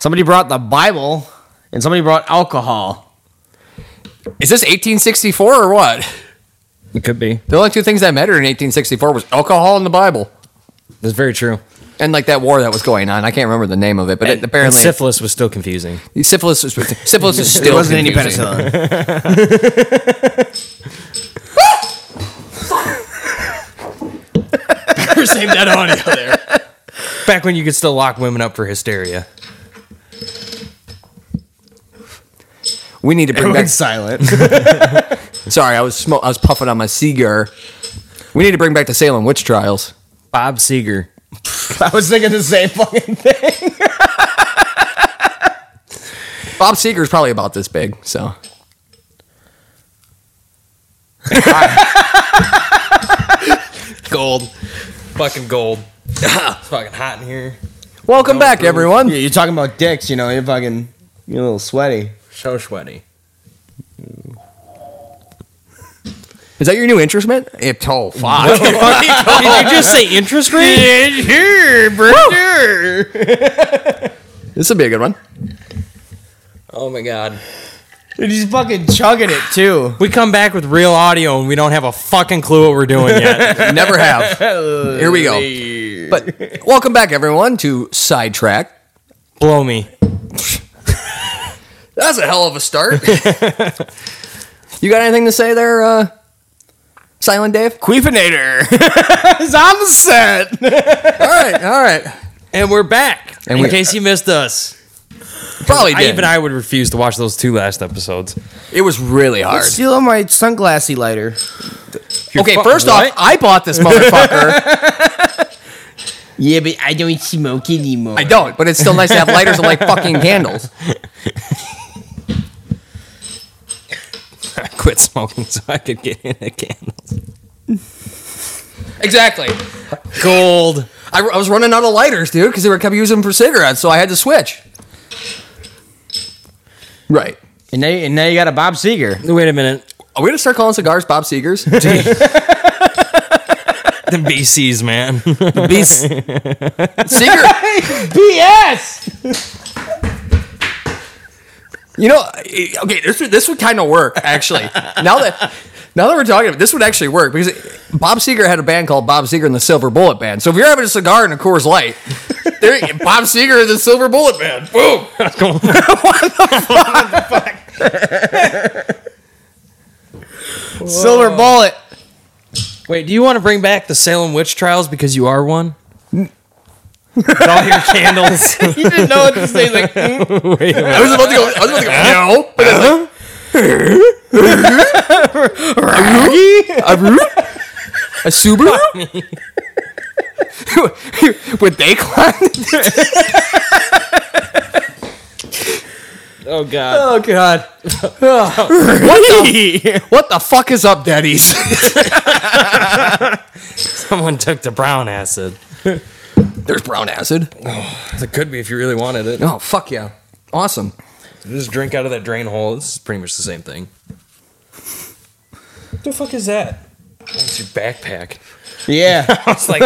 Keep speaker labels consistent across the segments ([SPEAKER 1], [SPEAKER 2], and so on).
[SPEAKER 1] Somebody brought the Bible and somebody brought alcohol.
[SPEAKER 2] Is this 1864 or what?
[SPEAKER 1] It could be.
[SPEAKER 2] The only two things that mattered in 1864 was alcohol and the Bible.
[SPEAKER 1] That's very true.
[SPEAKER 2] And like that war that was going on, I can't remember the name of it, but it,
[SPEAKER 1] And
[SPEAKER 2] apparently
[SPEAKER 1] syphilis was still confusing.
[SPEAKER 2] syphilis is syphilis is still
[SPEAKER 3] There wasn't any
[SPEAKER 2] confusing.
[SPEAKER 3] penicillin.
[SPEAKER 1] Save that audio there. Back when you could still lock women up for hysteria.
[SPEAKER 2] We need to bring back.
[SPEAKER 3] Everyone's silent.
[SPEAKER 2] Sorry, I was smo- I was puffing on my cigar. We need to bring back the Salem witch trials.
[SPEAKER 1] Bob Seeger.
[SPEAKER 3] I was thinking the same fucking thing.
[SPEAKER 2] Bob Seger's probably about this big, so
[SPEAKER 1] Gold. Fucking gold. it's fucking hot in here.
[SPEAKER 2] welcome back, everyone.
[SPEAKER 3] Yeah, you're talking about dicks, you know, you're fucking, you're a little sweaty.
[SPEAKER 1] So sweaty.
[SPEAKER 2] Is that your new interest, man? It's all
[SPEAKER 1] Ah.
[SPEAKER 2] fuck.
[SPEAKER 1] Did you just say interest rate?
[SPEAKER 3] Here, brother.
[SPEAKER 2] This would be a good one.
[SPEAKER 1] Oh my god.
[SPEAKER 3] Dude, he's fucking chugging it too.
[SPEAKER 1] We come back with real audio and we don't have a fucking clue what we're doing yet.
[SPEAKER 2] Never have. Here we go. But welcome back, everyone, to Sidetrack.
[SPEAKER 1] Blow me.
[SPEAKER 2] That's a hell of a start. you got anything to say there, uh, Silent Dave?
[SPEAKER 3] Queefinator. He's on the set.
[SPEAKER 2] All right, all right.
[SPEAKER 1] And we're back.
[SPEAKER 2] And
[SPEAKER 1] in
[SPEAKER 2] we-
[SPEAKER 1] case you missed us.
[SPEAKER 2] Probably
[SPEAKER 1] I, even
[SPEAKER 2] did.
[SPEAKER 1] I would refuse to watch those two last episodes.
[SPEAKER 2] It was really hard.
[SPEAKER 3] Stealing my sunglassy lighter.
[SPEAKER 2] Okay,
[SPEAKER 1] fu-
[SPEAKER 2] first
[SPEAKER 1] what?
[SPEAKER 2] off, I bought this motherfucker.
[SPEAKER 3] Yeah, but I don't smoke anymore.
[SPEAKER 2] I don't, but it's still nice to have lighters and like fucking candles.
[SPEAKER 1] I quit smoking so I could get in a candle.
[SPEAKER 2] Exactly.
[SPEAKER 1] Gold.
[SPEAKER 2] I, I was running out of lighters, dude, because they were kept using them for cigarettes, so I had to switch. Right.
[SPEAKER 3] And now, and now you got a Bob Seger.
[SPEAKER 1] Wait a minute.
[SPEAKER 2] Are we gonna start calling cigars Bob Seegers?
[SPEAKER 1] The BCs, man.
[SPEAKER 2] Beast. Seeger.
[SPEAKER 3] BS.
[SPEAKER 2] You know, eh, okay, this would, this would kind of work actually. now that now that we're talking about it, this would actually work because Bob Seger had a band called Bob Seger and the Silver Bullet Band. So if you're having a cigar and a Coors Light, there Bob Seger and the Silver Bullet Band. Boom.
[SPEAKER 3] Silver bullet.
[SPEAKER 1] Wait, do you want to bring back the Salem witch trials because you are one? With all your candles.
[SPEAKER 3] You didn't know what to say. Like, hmm?
[SPEAKER 2] I was about to go. I was about to go. No. But I was like, a Rugi? A Subaru? Would they climb?
[SPEAKER 1] oh god.
[SPEAKER 2] Oh god. what, the, what the fuck is up, daddies?
[SPEAKER 1] Someone took the brown acid.
[SPEAKER 2] There's brown acid.
[SPEAKER 1] It could be if you really wanted it.
[SPEAKER 2] Oh fuck yeah. Awesome.
[SPEAKER 1] Just drink out of that drain hole. This is pretty much the same thing. What the fuck is that? It's your backpack.
[SPEAKER 3] yeah,
[SPEAKER 1] I was like,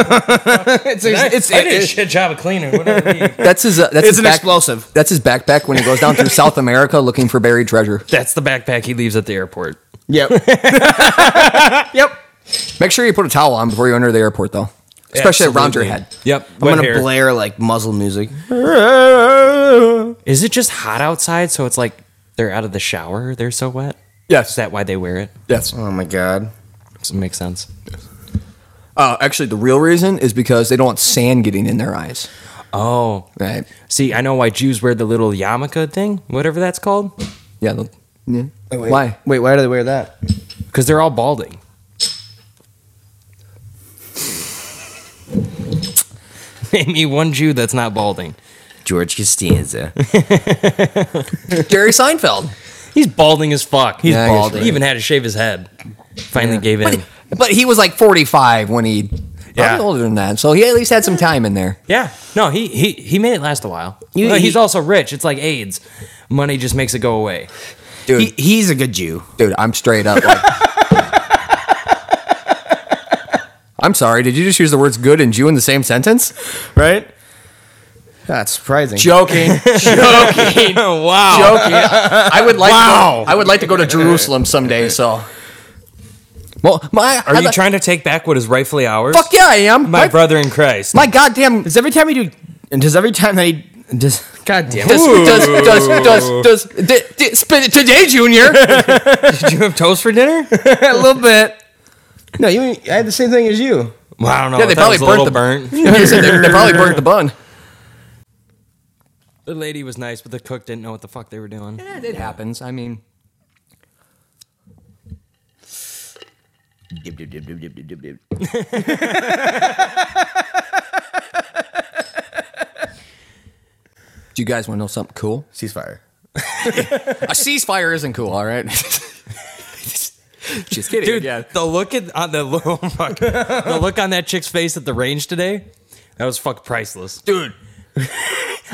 [SPEAKER 3] it's, it's,
[SPEAKER 2] It's-
[SPEAKER 1] I did a
[SPEAKER 2] it-
[SPEAKER 1] shit job of cleaning. Whatever. it is.
[SPEAKER 2] That's his uh, that's his
[SPEAKER 3] an
[SPEAKER 2] back-
[SPEAKER 3] explosive.
[SPEAKER 2] That's his backpack when he goes down through South America looking for buried treasure.
[SPEAKER 1] That's the backpack he leaves at the airport.
[SPEAKER 3] Yep. yep.
[SPEAKER 2] Make sure you put a towel on before you're under the airport though. Especially around your
[SPEAKER 1] Absolutely.
[SPEAKER 2] head.
[SPEAKER 1] Yep.
[SPEAKER 3] I'm gonna blare like muzzle music.
[SPEAKER 1] Is it just hot outside? So it's like they're out of the shower. They're so wet. Is
[SPEAKER 2] Yes.
[SPEAKER 1] that why they wear it?
[SPEAKER 2] Yes.
[SPEAKER 3] Oh my god.
[SPEAKER 1] Does it make sense?
[SPEAKER 2] Uh, actually the real reason is because they don't want sand getting in their eyes.
[SPEAKER 1] Oh,
[SPEAKER 2] Right.
[SPEAKER 1] see, I know why Jews wear the little yarmulke thing, whatever that's called,
[SPEAKER 2] Yeah. they'll- yeah.
[SPEAKER 3] wait.
[SPEAKER 2] Why?
[SPEAKER 3] Wait, why do they wear that?
[SPEAKER 1] because they're all balding. Name me one Jew that's not balding.
[SPEAKER 3] George Costanza.
[SPEAKER 2] Jerry Seinfeld.
[SPEAKER 1] He's balding as fuck. He's
[SPEAKER 2] Yeah, I guess
[SPEAKER 1] balding.
[SPEAKER 2] you're
[SPEAKER 1] He even had to shave his head. Finally gave
[SPEAKER 2] But,
[SPEAKER 1] in.
[SPEAKER 2] but he was like 45 when he
[SPEAKER 1] Yeah.
[SPEAKER 2] probably older than that. So he at least had some time in there.
[SPEAKER 1] Yeah. No, he he he made it last a while.
[SPEAKER 3] You-
[SPEAKER 1] Well, he's
[SPEAKER 3] he-
[SPEAKER 1] also rich. It's like AIDS. Money just makes it go away.
[SPEAKER 2] Dude,
[SPEAKER 3] he, he's a good Jew.
[SPEAKER 2] dude, I'm straight up like I'm sorry, did you just use the words good and Jew in the same sentence?
[SPEAKER 3] Right? That's surprising.
[SPEAKER 4] Joking, joking,
[SPEAKER 1] wow.
[SPEAKER 4] joking. I would like.
[SPEAKER 3] Wow.
[SPEAKER 4] To go, I would like to go to Jerusalem someday. So,
[SPEAKER 3] well, my
[SPEAKER 1] Are
[SPEAKER 4] I
[SPEAKER 1] you
[SPEAKER 4] thought-
[SPEAKER 1] trying to take back what is rightfully ours?
[SPEAKER 4] fuck yeah, I am.
[SPEAKER 1] My
[SPEAKER 4] My,
[SPEAKER 1] brother in Christ.
[SPEAKER 4] my goddamn.
[SPEAKER 3] does every time you do, and does every time that he does, God damn
[SPEAKER 4] Does, does, does, does, does, di- di- spin it today, Junior.
[SPEAKER 1] Did you have toast for dinner?
[SPEAKER 3] a little bit. No, you. I had the same thing as you.
[SPEAKER 1] Well, I don't know.
[SPEAKER 4] Yeah,
[SPEAKER 1] I
[SPEAKER 4] they
[SPEAKER 1] thought it
[SPEAKER 4] probably
[SPEAKER 1] was a
[SPEAKER 4] burnt
[SPEAKER 1] little
[SPEAKER 4] the-
[SPEAKER 1] burnt.
[SPEAKER 4] they, they probably burnt the bun.
[SPEAKER 1] The lady was nice, but the cook didn't know what the fuck they were doing.
[SPEAKER 4] It happens. I mean,
[SPEAKER 5] Dip, dip, dip, dip, dip, dip, dip, dip.
[SPEAKER 4] do you guys want to know something cool?
[SPEAKER 3] Ceasefire.
[SPEAKER 4] A ceasefire isn't cool. All right. Just kidding.
[SPEAKER 1] Dude,
[SPEAKER 4] yeah.
[SPEAKER 1] the look at on the oh, fuck. the look on that chick's face at the range today, that was fuck priceless.
[SPEAKER 4] dude.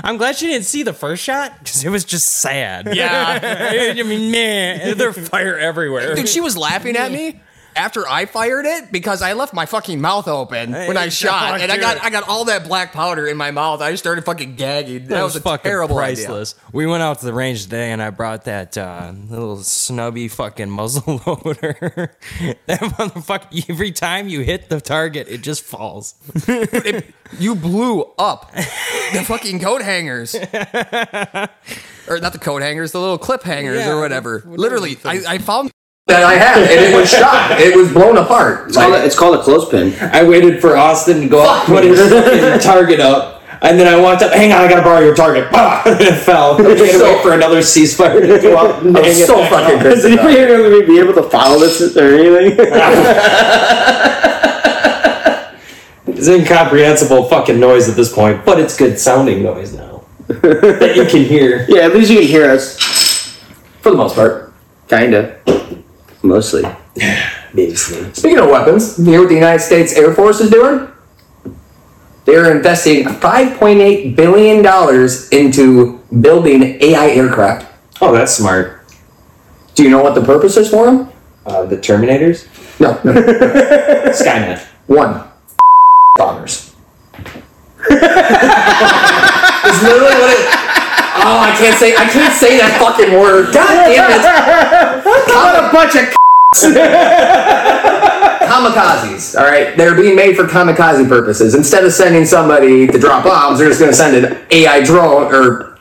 [SPEAKER 1] I'm glad she didn't see the first shot because it was just sad.
[SPEAKER 4] Yeah.
[SPEAKER 1] I mean, man, there's fire everywhere.
[SPEAKER 4] Dude, she was laughing at me after I fired it because I left my fucking mouth open when I
[SPEAKER 1] Hey,
[SPEAKER 4] shot,
[SPEAKER 1] fuck,
[SPEAKER 4] and I
[SPEAKER 1] dude.
[SPEAKER 4] got I got all that black powder in my mouth. I started fucking gagging. That, was, a terrible idea.
[SPEAKER 1] We went out to the range today, and I brought that uh, little snubby fucking muzzle loader. that motherfucker! Every time you hit the target, it just falls.
[SPEAKER 4] You blew up the fucking coat hangers, or not the coat hangers, the little clip hangers
[SPEAKER 1] Yeah,
[SPEAKER 4] or whatever.
[SPEAKER 1] whatever
[SPEAKER 4] Literally, I, I found.
[SPEAKER 2] that I had, and it was shot. It was blown apart.
[SPEAKER 6] It's called, a, it's called a clothespin. I waited for Austin to go up,
[SPEAKER 2] Fuck.
[SPEAKER 6] put his fucking target up, and then I walked up. Hang on, I gotta borrow your target. Bah! And it fell. We had to
[SPEAKER 2] so-
[SPEAKER 6] wait for another ceasefire to go up. and
[SPEAKER 2] I'm
[SPEAKER 6] hang it
[SPEAKER 2] so
[SPEAKER 6] back
[SPEAKER 2] fucking
[SPEAKER 6] up.
[SPEAKER 2] pissed
[SPEAKER 6] Is anybody here gonna be able to follow this or anything? it's incomprehensible fucking noise at this point, but it's good sounding noise now that you can hear.
[SPEAKER 2] yeah, at least you can hear us.
[SPEAKER 6] For the most part,
[SPEAKER 2] Kinda. Mostly.
[SPEAKER 6] obviously.
[SPEAKER 2] Speaking of weapons, you hear what the United States Air Force is doing? They're investing $5.8 billion into building AI aircraft.
[SPEAKER 6] Oh, that's smart.
[SPEAKER 2] Do you know what the purpose is for them?
[SPEAKER 6] Uh, the Terminators,
[SPEAKER 2] No, no.
[SPEAKER 6] Skynet.
[SPEAKER 2] One. Bombers. it's literally what it. Oh, I can't say. I can't say that fucking word. God damn it! what a bunch of. kamikazes. All right, they're being made for kamikaze purposes. Instead of sending somebody to drop bombs, they're just going to send an AI drone or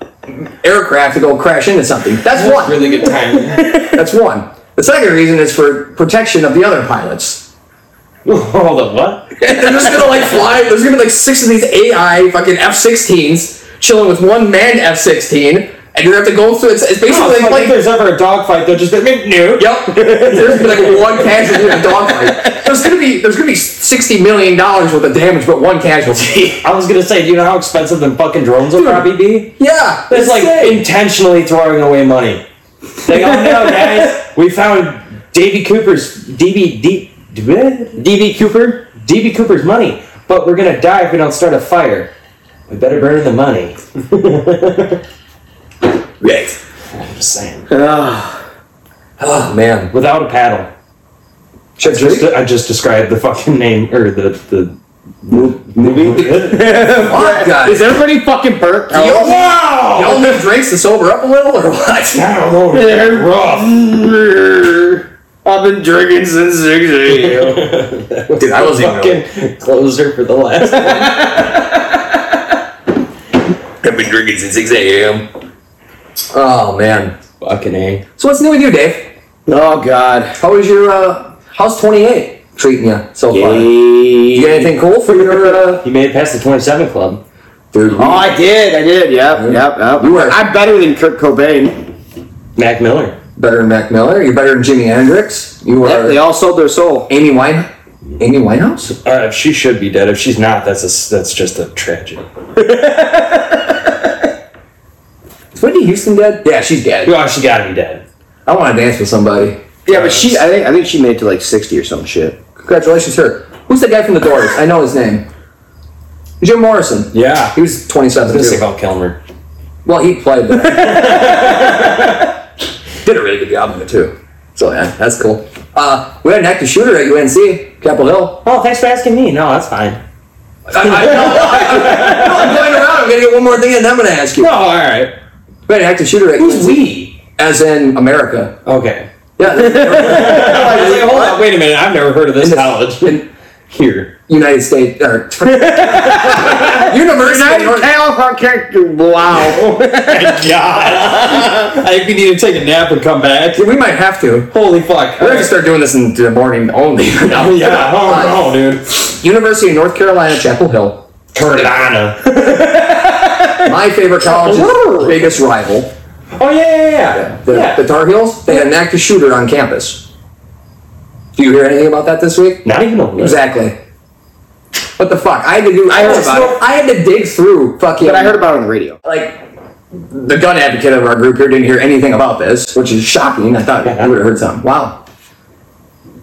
[SPEAKER 2] aircraft to go crash into something. That's one.
[SPEAKER 6] Really good timing.
[SPEAKER 2] That's one. The second reason is for protection of the other pilots.
[SPEAKER 6] Hold up, what?
[SPEAKER 2] They're just gonna like fly. There's gonna be like six of these AI fucking F-16s chilling with one manned F-16, and you're gonna have to go through. It's, it's
[SPEAKER 6] Oh,
[SPEAKER 2] basically
[SPEAKER 6] it's like if
[SPEAKER 2] like, like
[SPEAKER 6] there's ever a dogfight, they'll just be like, no.
[SPEAKER 2] yep. There's gonna be like one casualty in a dogfight. There's gonna be there's gonna be sixty million dollars worth of damage, but one casualty.
[SPEAKER 6] I was gonna say, do you know how expensive them fucking drones will probably be?
[SPEAKER 2] yeah,
[SPEAKER 6] That's like intentionally throwing away money. Like, oh no, guys, we found Davy Cooper's DB D- DB Cooper DB Cooper's money, but we're gonna die if we don't start a fire. We better burn the money.
[SPEAKER 2] right.
[SPEAKER 6] I'm just saying.
[SPEAKER 2] Oh man,
[SPEAKER 6] Without a paddle.
[SPEAKER 2] Check
[SPEAKER 6] Just I just described the fucking name or the the
[SPEAKER 2] movie.
[SPEAKER 6] movie.
[SPEAKER 2] Oh, God.
[SPEAKER 3] Is everybody fucking burnt?
[SPEAKER 2] You all-
[SPEAKER 6] wow.
[SPEAKER 2] you all need drinks to sober up a little, or what?
[SPEAKER 6] I don't know. They're rough.
[SPEAKER 3] I've been drinking since six a.m.
[SPEAKER 2] Dude, I wasn't even.
[SPEAKER 6] fucking closer for the last one.
[SPEAKER 2] I've been drinking since six a.m. Oh man.
[SPEAKER 6] fucking A.
[SPEAKER 2] So what's new with you, Dave?
[SPEAKER 3] oh God.
[SPEAKER 2] How was your uh, how's 28 treating you so far? You
[SPEAKER 3] Yay.
[SPEAKER 2] get anything cool for your uh,
[SPEAKER 6] You made it past the 27 club.
[SPEAKER 2] dude?
[SPEAKER 3] Oh, I did. I did. Yep. Yep. Yep.
[SPEAKER 2] You were-
[SPEAKER 3] I'm better than Kurt Cobain.
[SPEAKER 6] Mac Miller.
[SPEAKER 2] better than Mac Miller. You're better than Jimi Hendrix. You
[SPEAKER 3] Yep,
[SPEAKER 2] are
[SPEAKER 3] they all sold their soul.
[SPEAKER 2] Amy Wine, Amy Winehouse.
[SPEAKER 6] Uh, she should be dead. If she's not, that's a, that's just a tragedy.
[SPEAKER 2] Is Whitney Houston dead? Yeah, she's dead.
[SPEAKER 6] Oh, she gotta be dead.
[SPEAKER 2] I want to dance with somebody.
[SPEAKER 3] Yeah, but she. I think. I think she made it to like sixty or some shit.
[SPEAKER 2] Congratulations, to her. Who's the guy from the Doors? I know his name. Jim Morrison.
[SPEAKER 6] Yeah.
[SPEAKER 2] He was 27
[SPEAKER 6] gonna say
[SPEAKER 2] too.
[SPEAKER 6] Val Kilmer.
[SPEAKER 2] Well, he played there. Did a really good job of it too. So yeah, that's cool. Uh, we had an active shooter at UNC Capitol Hill.
[SPEAKER 6] Oh, thanks for asking me. No, that's fine.
[SPEAKER 2] I, I, no, I, am going around. I'm gonna get one more thing, and then I'm gonna ask you.
[SPEAKER 6] No, all right.
[SPEAKER 2] But active shooter rate,
[SPEAKER 6] Who's we?
[SPEAKER 2] as in America.
[SPEAKER 6] Okay.
[SPEAKER 2] Yeah, the
[SPEAKER 6] I was like, hold on, wait a minute. I've never heard of this college. Here.
[SPEAKER 2] United States or University. of North-
[SPEAKER 3] Wow.
[SPEAKER 6] God. I think we need to take a nap and come back.
[SPEAKER 2] we might have to.
[SPEAKER 6] Holy fuck.
[SPEAKER 2] We're gonna start doing this in the morning only.
[SPEAKER 6] Oh, yeah. Oh, no, dude.
[SPEAKER 2] University of North Carolina, Chapel Hill.
[SPEAKER 6] Carolina.
[SPEAKER 2] My favorite college's biggest rival,
[SPEAKER 6] Oh, yeah, yeah, yeah.
[SPEAKER 2] the,
[SPEAKER 6] yeah.
[SPEAKER 2] the Tar Heels. They had an active shooter on campus. Do you hear anything about that this week?
[SPEAKER 6] Not even a list.
[SPEAKER 2] Exactly. What the fuck? I had to do. I heard
[SPEAKER 3] heard
[SPEAKER 2] about
[SPEAKER 3] about
[SPEAKER 2] it. I had to dig through fucking.
[SPEAKER 3] But I heard about it on the radio.
[SPEAKER 2] like the gun advocate of our group here didn't hear anything about this, which is shocking. I thought you would have heard something. Wow,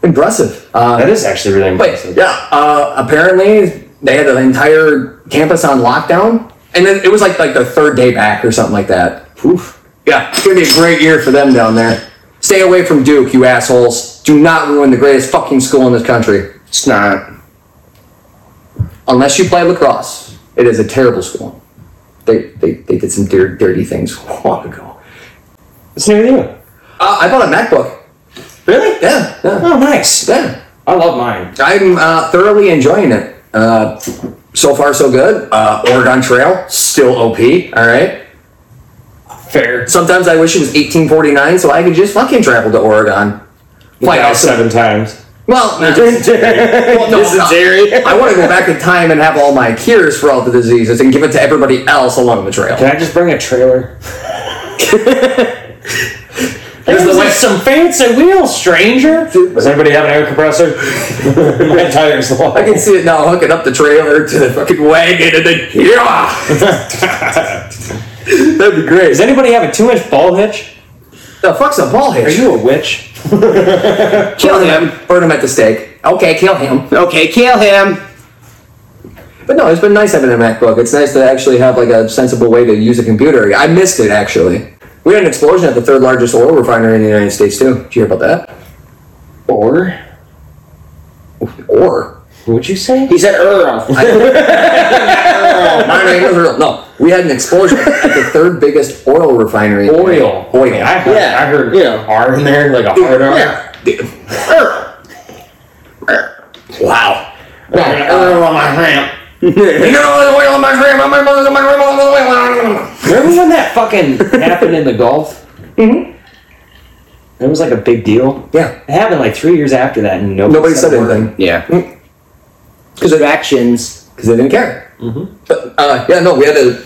[SPEAKER 2] impressive. Uh,
[SPEAKER 6] That is actually really
[SPEAKER 2] but
[SPEAKER 6] impressive.
[SPEAKER 2] yeah, uh, apparently they had the entire campus on lockdown, and then it was like like the third day back or something like that.
[SPEAKER 6] Oof.
[SPEAKER 2] Yeah, it's gonna be a great year for them down there. Stay away from Duke, you assholes. Do not ruin the greatest fucking school in this country.
[SPEAKER 3] It's not.
[SPEAKER 2] Unless you play lacrosse, it is a terrible school. They they, they did some dir- dirty things a while ago.
[SPEAKER 6] What's new with you?
[SPEAKER 2] Uh, I bought a MacBook.
[SPEAKER 6] Really?
[SPEAKER 2] Yeah, yeah,
[SPEAKER 6] Oh, nice.
[SPEAKER 2] yeah.
[SPEAKER 6] I love mine.
[SPEAKER 2] I'm uh, thoroughly enjoying it. Uh, so far, so good. Uh, Oregon Trail, still OP. All right.
[SPEAKER 6] Fair.
[SPEAKER 2] Sometimes I wish it was 1849 so I could just fucking travel to Oregon. Fly
[SPEAKER 6] Like
[SPEAKER 2] out some-
[SPEAKER 6] seven times.
[SPEAKER 2] Well, no, well, no, no. I want to go back in time and have all my cures for all the diseases and give it to everybody else along the trail.
[SPEAKER 6] Can I just bring a trailer?
[SPEAKER 2] There's the
[SPEAKER 6] There's
[SPEAKER 2] way-
[SPEAKER 6] some fancy wheels, stranger. Does anybody have an air compressor? My tire's low.
[SPEAKER 2] I can see it now hooking up the trailer to the fucking wagon and then yeah, that'd be great.
[SPEAKER 6] Does anybody have a two-inch ball hitch?
[SPEAKER 2] The fuck's a ball hitch?
[SPEAKER 6] Are you a witch?
[SPEAKER 2] Kill him. Burn him at the stake. Okay, kill him.
[SPEAKER 3] Okay, kill him.
[SPEAKER 2] But no, it's been nice having a MacBook. It's nice to actually have like a sensible way to use a computer. I missed it actually. We had an explosion at the third largest oil refinery in the United States too. Did you hear about that?
[SPEAKER 6] Or
[SPEAKER 2] Or
[SPEAKER 6] would you say?
[SPEAKER 3] He said Earl.
[SPEAKER 2] no, no, no, no, no. we had an explosion at the third biggest oil refinery. in the-
[SPEAKER 6] Oil.
[SPEAKER 2] Oil.
[SPEAKER 6] Okay, I heard,
[SPEAKER 3] Yeah.
[SPEAKER 6] I heard
[SPEAKER 3] Yeah.
[SPEAKER 6] R in there, like a hard R.
[SPEAKER 3] Yeah. Earl. Earl.
[SPEAKER 2] Wow.
[SPEAKER 6] I got an R on my ramp.
[SPEAKER 2] You know the oil in my grandma, my mother, my grandma, my grandma.
[SPEAKER 6] Remember when that fucking happened in the Gulf? Mm-hmm. It was like a big deal.
[SPEAKER 2] Yeah.
[SPEAKER 6] It happened like three years after that, and nobody,
[SPEAKER 2] Nobody said
[SPEAKER 6] a word.
[SPEAKER 2] anything.
[SPEAKER 3] Yeah. Distractions.
[SPEAKER 2] because they didn't care.
[SPEAKER 6] Mm-hmm.
[SPEAKER 2] But uh, yeah, no, we had a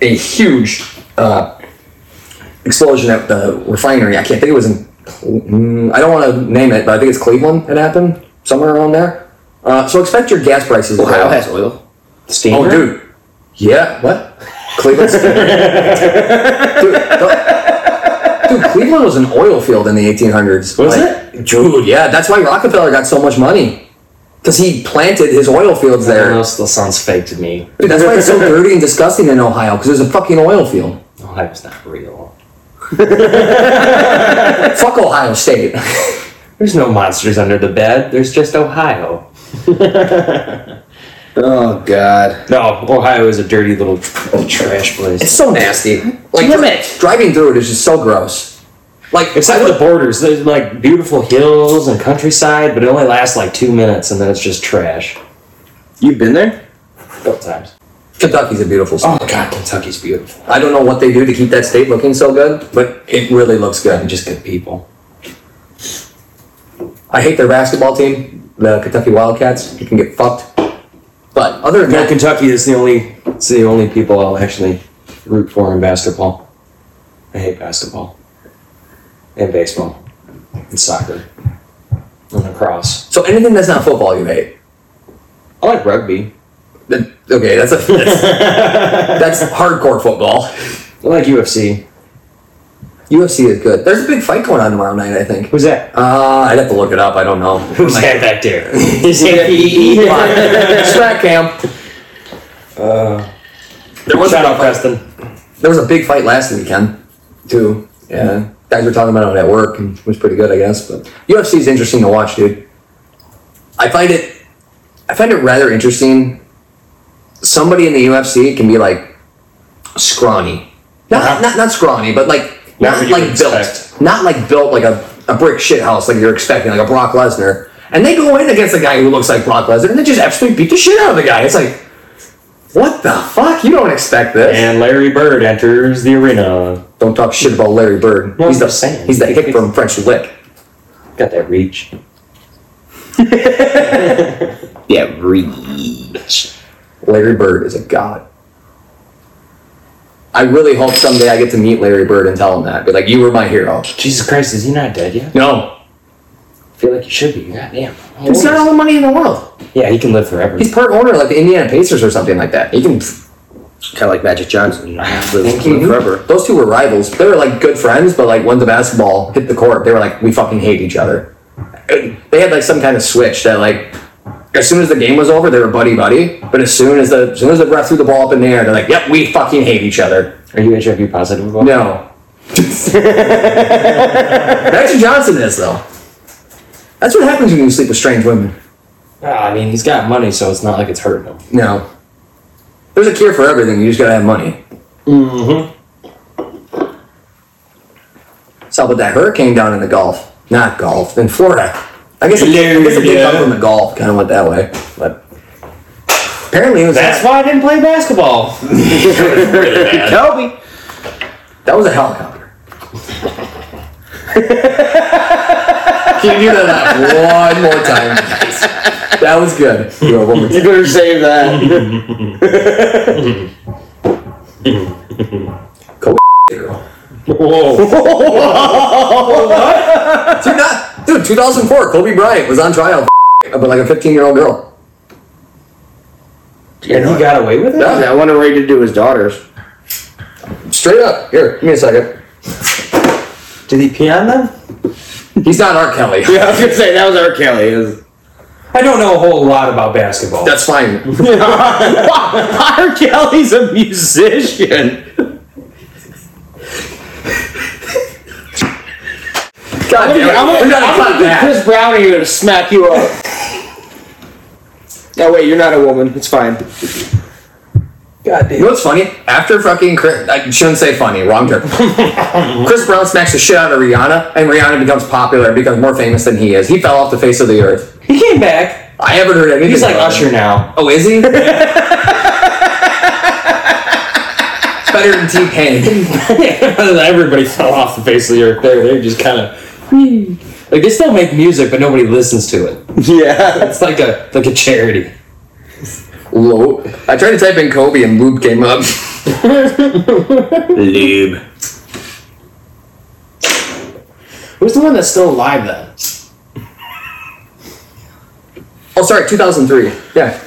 [SPEAKER 2] a huge uh, explosion at the refinery. I can't think it was in. Cle- mm, I don't want to name it, but I think it's Cleveland. It happened somewhere around there. Uh, so expect your gas prices. to go
[SPEAKER 3] Ohio
[SPEAKER 2] up.
[SPEAKER 3] has oil.
[SPEAKER 6] Steamer.
[SPEAKER 2] Oh, dude. Yeah. What? Cleveland. dude, don't- dude, Cleveland was an oil field in the 1800s.
[SPEAKER 6] Was
[SPEAKER 2] it? Dude, yeah. That's why Rockefeller got so much money. Because he planted his oil fields
[SPEAKER 6] I
[SPEAKER 2] there.
[SPEAKER 6] don't know, still sounds fake to me.
[SPEAKER 2] Dude, that's why it's so dirty and disgusting in Ohio because there's a fucking oil field.
[SPEAKER 6] Ohio's not real.
[SPEAKER 2] Fuck Ohio State.
[SPEAKER 6] There's no monsters under the bed. There's just Ohio.
[SPEAKER 3] Oh God.
[SPEAKER 6] No, Ohio is a dirty little trash place.
[SPEAKER 2] It's so nasty. Like
[SPEAKER 3] Damn it.
[SPEAKER 2] driving through it is just so gross. Like
[SPEAKER 6] Except
[SPEAKER 2] I
[SPEAKER 6] for
[SPEAKER 2] would-
[SPEAKER 6] the borders, there's like beautiful hills and countryside, but it only lasts like two minutes, and then it's just trash.
[SPEAKER 3] You've been there?
[SPEAKER 6] A couple times.
[SPEAKER 2] Kentucky's a beautiful state.
[SPEAKER 6] Oh, God, Kentucky's beautiful.
[SPEAKER 2] I don't know what they do to keep that state looking so good, but it really looks
[SPEAKER 6] And
[SPEAKER 2] good.
[SPEAKER 6] just good people.
[SPEAKER 2] I hate their basketball team, the Kentucky Wildcats. You can get fucked. But other than
[SPEAKER 6] No,
[SPEAKER 2] that,
[SPEAKER 6] Kentucky is the only. It's the only people I'll actually root for in basketball. I hate basketball. And baseball. And soccer. And lacrosse.
[SPEAKER 2] so anything that's not football, you hate.
[SPEAKER 6] I like rugby.
[SPEAKER 2] That- Okay, that's a that's, that's hardcore football.
[SPEAKER 6] I like UFC.
[SPEAKER 2] UFC is good. There's a big fight going on tomorrow night, I think.
[SPEAKER 6] Who's that?
[SPEAKER 2] Uh, I'd have to look it up. I don't know.
[SPEAKER 6] Who's that back there? Is that
[SPEAKER 3] E?
[SPEAKER 6] PE?
[SPEAKER 2] Strat cam. Uh, there was
[SPEAKER 6] Shout out
[SPEAKER 2] a,
[SPEAKER 6] Preston.
[SPEAKER 2] there was a big fight last weekend, too. Yeah, guys were talking about it at work, and it was pretty good, I guess. But UFC is interesting to watch, dude. I find it, I find it rather interesting. Somebody in the UFC can be like scrawny. Not,
[SPEAKER 6] Uh-huh.
[SPEAKER 2] not not scrawny, but like
[SPEAKER 6] Not
[SPEAKER 2] not
[SPEAKER 6] what you
[SPEAKER 2] like
[SPEAKER 6] would
[SPEAKER 2] built,
[SPEAKER 6] expect.
[SPEAKER 2] not like built like a, a brick shit house like you're expecting, like a Brock Lesnar. And they go in against a guy who looks like Brock Lesnar, and they just absolutely beat the shit out of the guy. It's like, what the fuck? You don't expect this.
[SPEAKER 6] And Larry Bird enters the arena.
[SPEAKER 2] Don't talk shit about Larry Bird.
[SPEAKER 6] Well,
[SPEAKER 2] he's
[SPEAKER 6] I'm
[SPEAKER 2] the
[SPEAKER 6] just saying.
[SPEAKER 2] he's the hick from French Lick.
[SPEAKER 6] Got that reach.
[SPEAKER 5] Yeah, reach.
[SPEAKER 2] Larry Bird is a god. I really hope someday I get to meet Larry Bird and tell him that. Be like, you were my hero.
[SPEAKER 6] Jesus Christ, is he not dead yet?
[SPEAKER 2] No,
[SPEAKER 6] I feel like he should be. Goddamn. How
[SPEAKER 2] he's
[SPEAKER 6] old
[SPEAKER 2] got
[SPEAKER 6] is
[SPEAKER 2] all the money in the world.
[SPEAKER 6] he? Yeah, he can live forever.
[SPEAKER 2] He's part owner of like the Indiana Pacers or something like that. He can.
[SPEAKER 5] Kind of like Magic Johnson. Lives
[SPEAKER 2] Mhm.
[SPEAKER 6] Mm-hmm.
[SPEAKER 5] forever.
[SPEAKER 2] Those two were rivals. They were like good friends, but like when the basketball hit the court, they were like, we fucking hate each other. And They had like some kind of switch that like, as soon as the game was over, they were buddy buddy. But as soon as the as soon as the ref threw the ball up in the air, they're like, yep, we fucking hate each other.
[SPEAKER 6] Are you HIV positive about
[SPEAKER 2] No. Magic Johnson is though. That's what happens when you sleep with strange women.
[SPEAKER 6] Ah, I mean, he's got money, so it's not like it's hurting him.
[SPEAKER 2] No. There's a cure for everything. You just gotta have money. Mm-hmm. Saw about that hurricane down in the Gulf. Not Gulf in Florida. I guess it, I guess it did come
[SPEAKER 6] Yeah.
[SPEAKER 2] from the Gulf. Kind of went that way, but apparently it was
[SPEAKER 6] That's why I didn't play basketball.
[SPEAKER 2] Toby. That was a helicopter. Can you do that laugh one more time? please? That was good. You are one more time.
[SPEAKER 5] You better save that.
[SPEAKER 6] Whoa.
[SPEAKER 2] Dude, not, dude, 2004, Kobe Bryant was on trial, but like a 15 year old girl.
[SPEAKER 6] And he got away with it?
[SPEAKER 2] Yeah.
[SPEAKER 5] I wonder what he did to his daughters.
[SPEAKER 2] Straight up. Here, give me a second.
[SPEAKER 6] Did he pee on them?
[SPEAKER 2] He's not R. Kelly.
[SPEAKER 5] Yeah, I was gonna say that was R. Kelly. It was-
[SPEAKER 6] I don't know a whole lot about basketball.
[SPEAKER 2] That's fine.
[SPEAKER 5] R. Kelly's a musician.
[SPEAKER 2] God damn it.
[SPEAKER 5] I'm gonna,
[SPEAKER 2] We're not
[SPEAKER 5] I'm gonna
[SPEAKER 2] cut
[SPEAKER 5] get
[SPEAKER 2] that.
[SPEAKER 5] Chris Brown here to smack you up. No, wait, you're not a woman. It's fine.
[SPEAKER 2] You know what's funny? After fucking Chris, I shouldn't say funny, wrong term. Chris Brown smacks the shit out of Rihanna, and Rihanna becomes popular and becomes more famous than he is. He fell off the face of the earth.
[SPEAKER 6] he came back.
[SPEAKER 2] I haven't heard anything.
[SPEAKER 6] He's like
[SPEAKER 5] Uh,
[SPEAKER 2] about
[SPEAKER 6] Usher
[SPEAKER 2] him.
[SPEAKER 6] now.
[SPEAKER 2] Oh, is he? It's Better than T Pain.
[SPEAKER 6] Everybody fell off the face of the earth. There, they just kind of like they still make music, but nobody listens to it.
[SPEAKER 5] Yeah.
[SPEAKER 6] It's like a like a charity.
[SPEAKER 2] Low. I tried to type in Kobe and Lube came up.
[SPEAKER 5] Lube. Who's the one that's still alive then?
[SPEAKER 2] Oh, sorry, 2003. Yeah.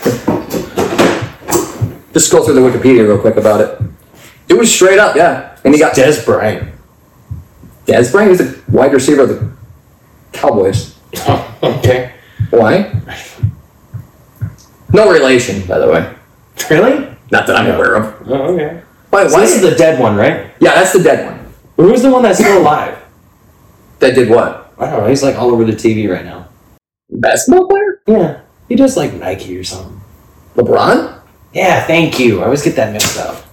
[SPEAKER 2] Just scroll through the Wikipedia real quick about it. It was straight up, yeah. And he got
[SPEAKER 6] Des Bryant.
[SPEAKER 2] Des Bryant was a wide receiver of the Cowboys.
[SPEAKER 6] Oh, okay.
[SPEAKER 2] Why? No relation, by the way.
[SPEAKER 6] Really?
[SPEAKER 2] Not that I'm aware of.
[SPEAKER 6] Oh, okay.
[SPEAKER 2] Why?
[SPEAKER 6] So
[SPEAKER 2] why
[SPEAKER 6] this is the dead one, right?
[SPEAKER 2] yeah, that's the dead one.
[SPEAKER 6] Who's the one that's still alive?
[SPEAKER 2] That did what?
[SPEAKER 6] I don't know. He's like all over the TV right now.
[SPEAKER 2] Basketball player?
[SPEAKER 6] Yeah. He does like Nike or something.
[SPEAKER 2] LeBron?
[SPEAKER 6] Yeah, thank you. I always get that mixed up.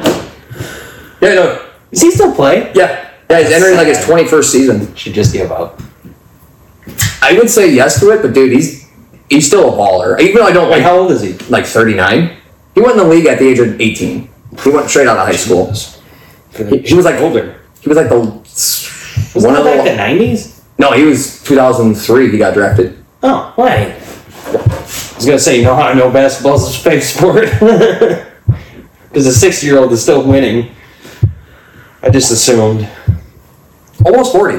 [SPEAKER 2] Yeah, no.
[SPEAKER 6] Does he still play?
[SPEAKER 2] Yeah. Yeah, he's entering like his 21st season.
[SPEAKER 6] Should just give up.
[SPEAKER 2] I would say yes to it, but dude, he's he's still a baller. Even though I don't
[SPEAKER 6] Wait,
[SPEAKER 2] like
[SPEAKER 6] how old is he?
[SPEAKER 2] like 39. He went in the league at the age of 18. He went straight out of high school. He, he was like
[SPEAKER 6] Older.
[SPEAKER 2] He was like the
[SPEAKER 6] Was
[SPEAKER 2] one
[SPEAKER 6] that
[SPEAKER 2] of the.
[SPEAKER 6] back the nineties?
[SPEAKER 2] no, he was 2003. He got drafted.
[SPEAKER 6] Oh, why? I was gonna say, you know how I know basketball's a fake sport? Because a six-year-old is still winning. I just assumed.
[SPEAKER 2] Almost 40.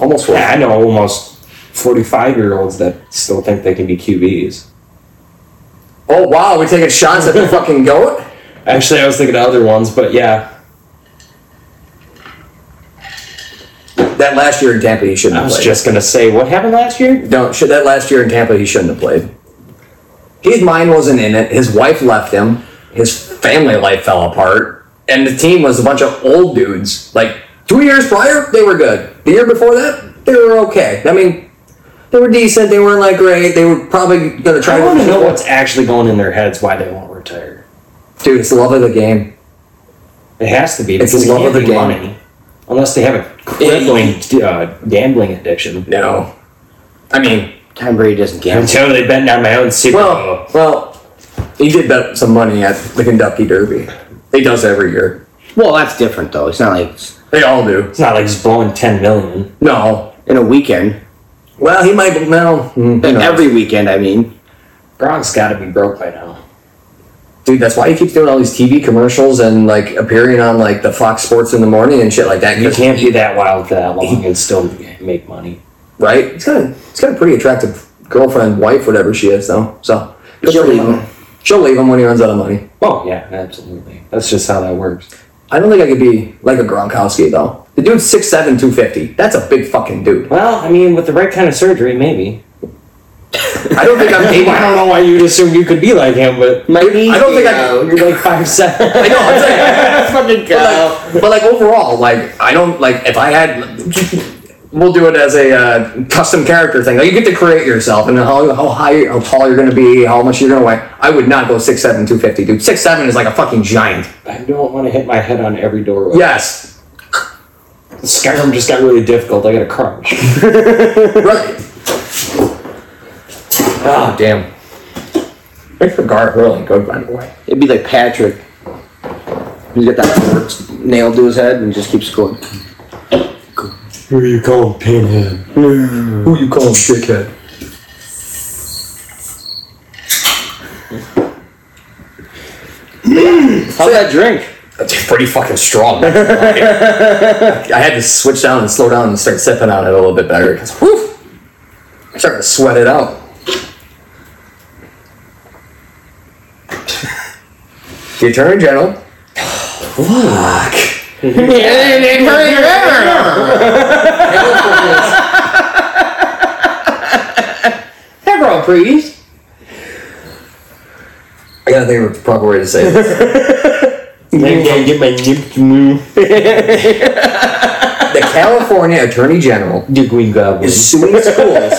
[SPEAKER 2] Almost 40.
[SPEAKER 6] Yeah, I know almost forty-five-year-olds that still think they can be QBs.
[SPEAKER 2] Oh wow, we're taking shots at the fucking goat.
[SPEAKER 6] Actually, I was thinking of other ones, but yeah,
[SPEAKER 2] That last year in Tampa, he shouldn't
[SPEAKER 6] I
[SPEAKER 2] have
[SPEAKER 6] was
[SPEAKER 2] played.
[SPEAKER 6] just gonna say, what happened last year?
[SPEAKER 2] no, shit, that last year in Tampa, he shouldn't have played. His mind wasn't in it. His wife left him. His family life fell apart, and the team was a bunch of old dudes. Like two years prior, they were good. The year before that, they were okay. I mean, They were decent. They weren't like great. They were probably gonna try.
[SPEAKER 6] I want to know what's actually going in their heads why they won't retire.
[SPEAKER 2] Dude, it's the love of the game.
[SPEAKER 6] It has to be
[SPEAKER 2] It's
[SPEAKER 6] because
[SPEAKER 2] the
[SPEAKER 6] it
[SPEAKER 2] love
[SPEAKER 6] can't
[SPEAKER 2] of the
[SPEAKER 6] be
[SPEAKER 2] game.
[SPEAKER 6] money, unless they have a crippling uh, gambling addiction.
[SPEAKER 2] No, I mean, uh,
[SPEAKER 5] Tom Brady doesn't
[SPEAKER 6] I'm
[SPEAKER 5] gamble.
[SPEAKER 6] totally betting on my own Super
[SPEAKER 2] well,
[SPEAKER 6] Bowl.
[SPEAKER 2] well, he did bet some money at the Kentucky Derby. He does every year.
[SPEAKER 5] Well, that's different though. It's not like it's
[SPEAKER 2] They all do.
[SPEAKER 6] It's not like he's blowing ten million.
[SPEAKER 2] No,
[SPEAKER 5] in a weekend.
[SPEAKER 2] well, he might. Well,
[SPEAKER 5] Mm-hmm.
[SPEAKER 2] mm, who knows?
[SPEAKER 5] Every weekend, I mean.
[SPEAKER 6] Gronk's got to be broke by now.
[SPEAKER 2] dude, that's why he keeps doing all these TV commercials and like appearing on like the Fox Sports in the morning and shit like that.
[SPEAKER 6] You can't be that uh, wild for that long and still make money.
[SPEAKER 2] right? He's got a he's got a pretty attractive girlfriend, wife, whatever she is, though. So good
[SPEAKER 5] She'll
[SPEAKER 2] for
[SPEAKER 5] leave him.
[SPEAKER 2] She'll leave him when he runs out of money.
[SPEAKER 6] Oh yeah, absolutely. That's just how that works.
[SPEAKER 2] I don't think I could be like a Gronkowski though. The dude's 6'7", 250. That's a big fucking dude.
[SPEAKER 6] Well, I mean, with the right kind of surgery, maybe.
[SPEAKER 2] I don't think I'm able.
[SPEAKER 6] I don't know why you'd assume you could be like him, but
[SPEAKER 5] My knee,
[SPEAKER 2] I don't think I-
[SPEAKER 5] though.
[SPEAKER 6] you're like five seven.
[SPEAKER 2] I know. I'm saying,
[SPEAKER 5] fucking go.
[SPEAKER 2] but, like, but like overall, like I don't like if I had. We'll do it as a uh, custom character thing. Like you get to create yourself and how, how high, how tall you're going to be, how much you're going to weigh. I would not go 6'7", 250, dude. 6'7 is like a fucking giant.
[SPEAKER 6] I don't want to hit my head on every doorway.
[SPEAKER 2] Yes,
[SPEAKER 6] Skyrim just got really difficult. I got a crunch.
[SPEAKER 2] Right. Ah, damn. Make the guard really good, by the way.
[SPEAKER 5] It'd be like Patrick. He's got that quartz nailed to his head and just keeps going.
[SPEAKER 6] Who are you calling Pinhead?
[SPEAKER 2] Who you calling shithead?
[SPEAKER 5] How's that drink?
[SPEAKER 2] That's pretty fucking strong. I had to switch down and slow down and start sipping on it a little bit better because whew, I'm starting to sweat it out. the Attorney General. Fuck.
[SPEAKER 5] Several please.
[SPEAKER 2] I gotta think of the proper way to say this.
[SPEAKER 6] I can't get my nip to move.
[SPEAKER 2] the California Attorney General
[SPEAKER 6] The Green Goblin.
[SPEAKER 2] is suing schools.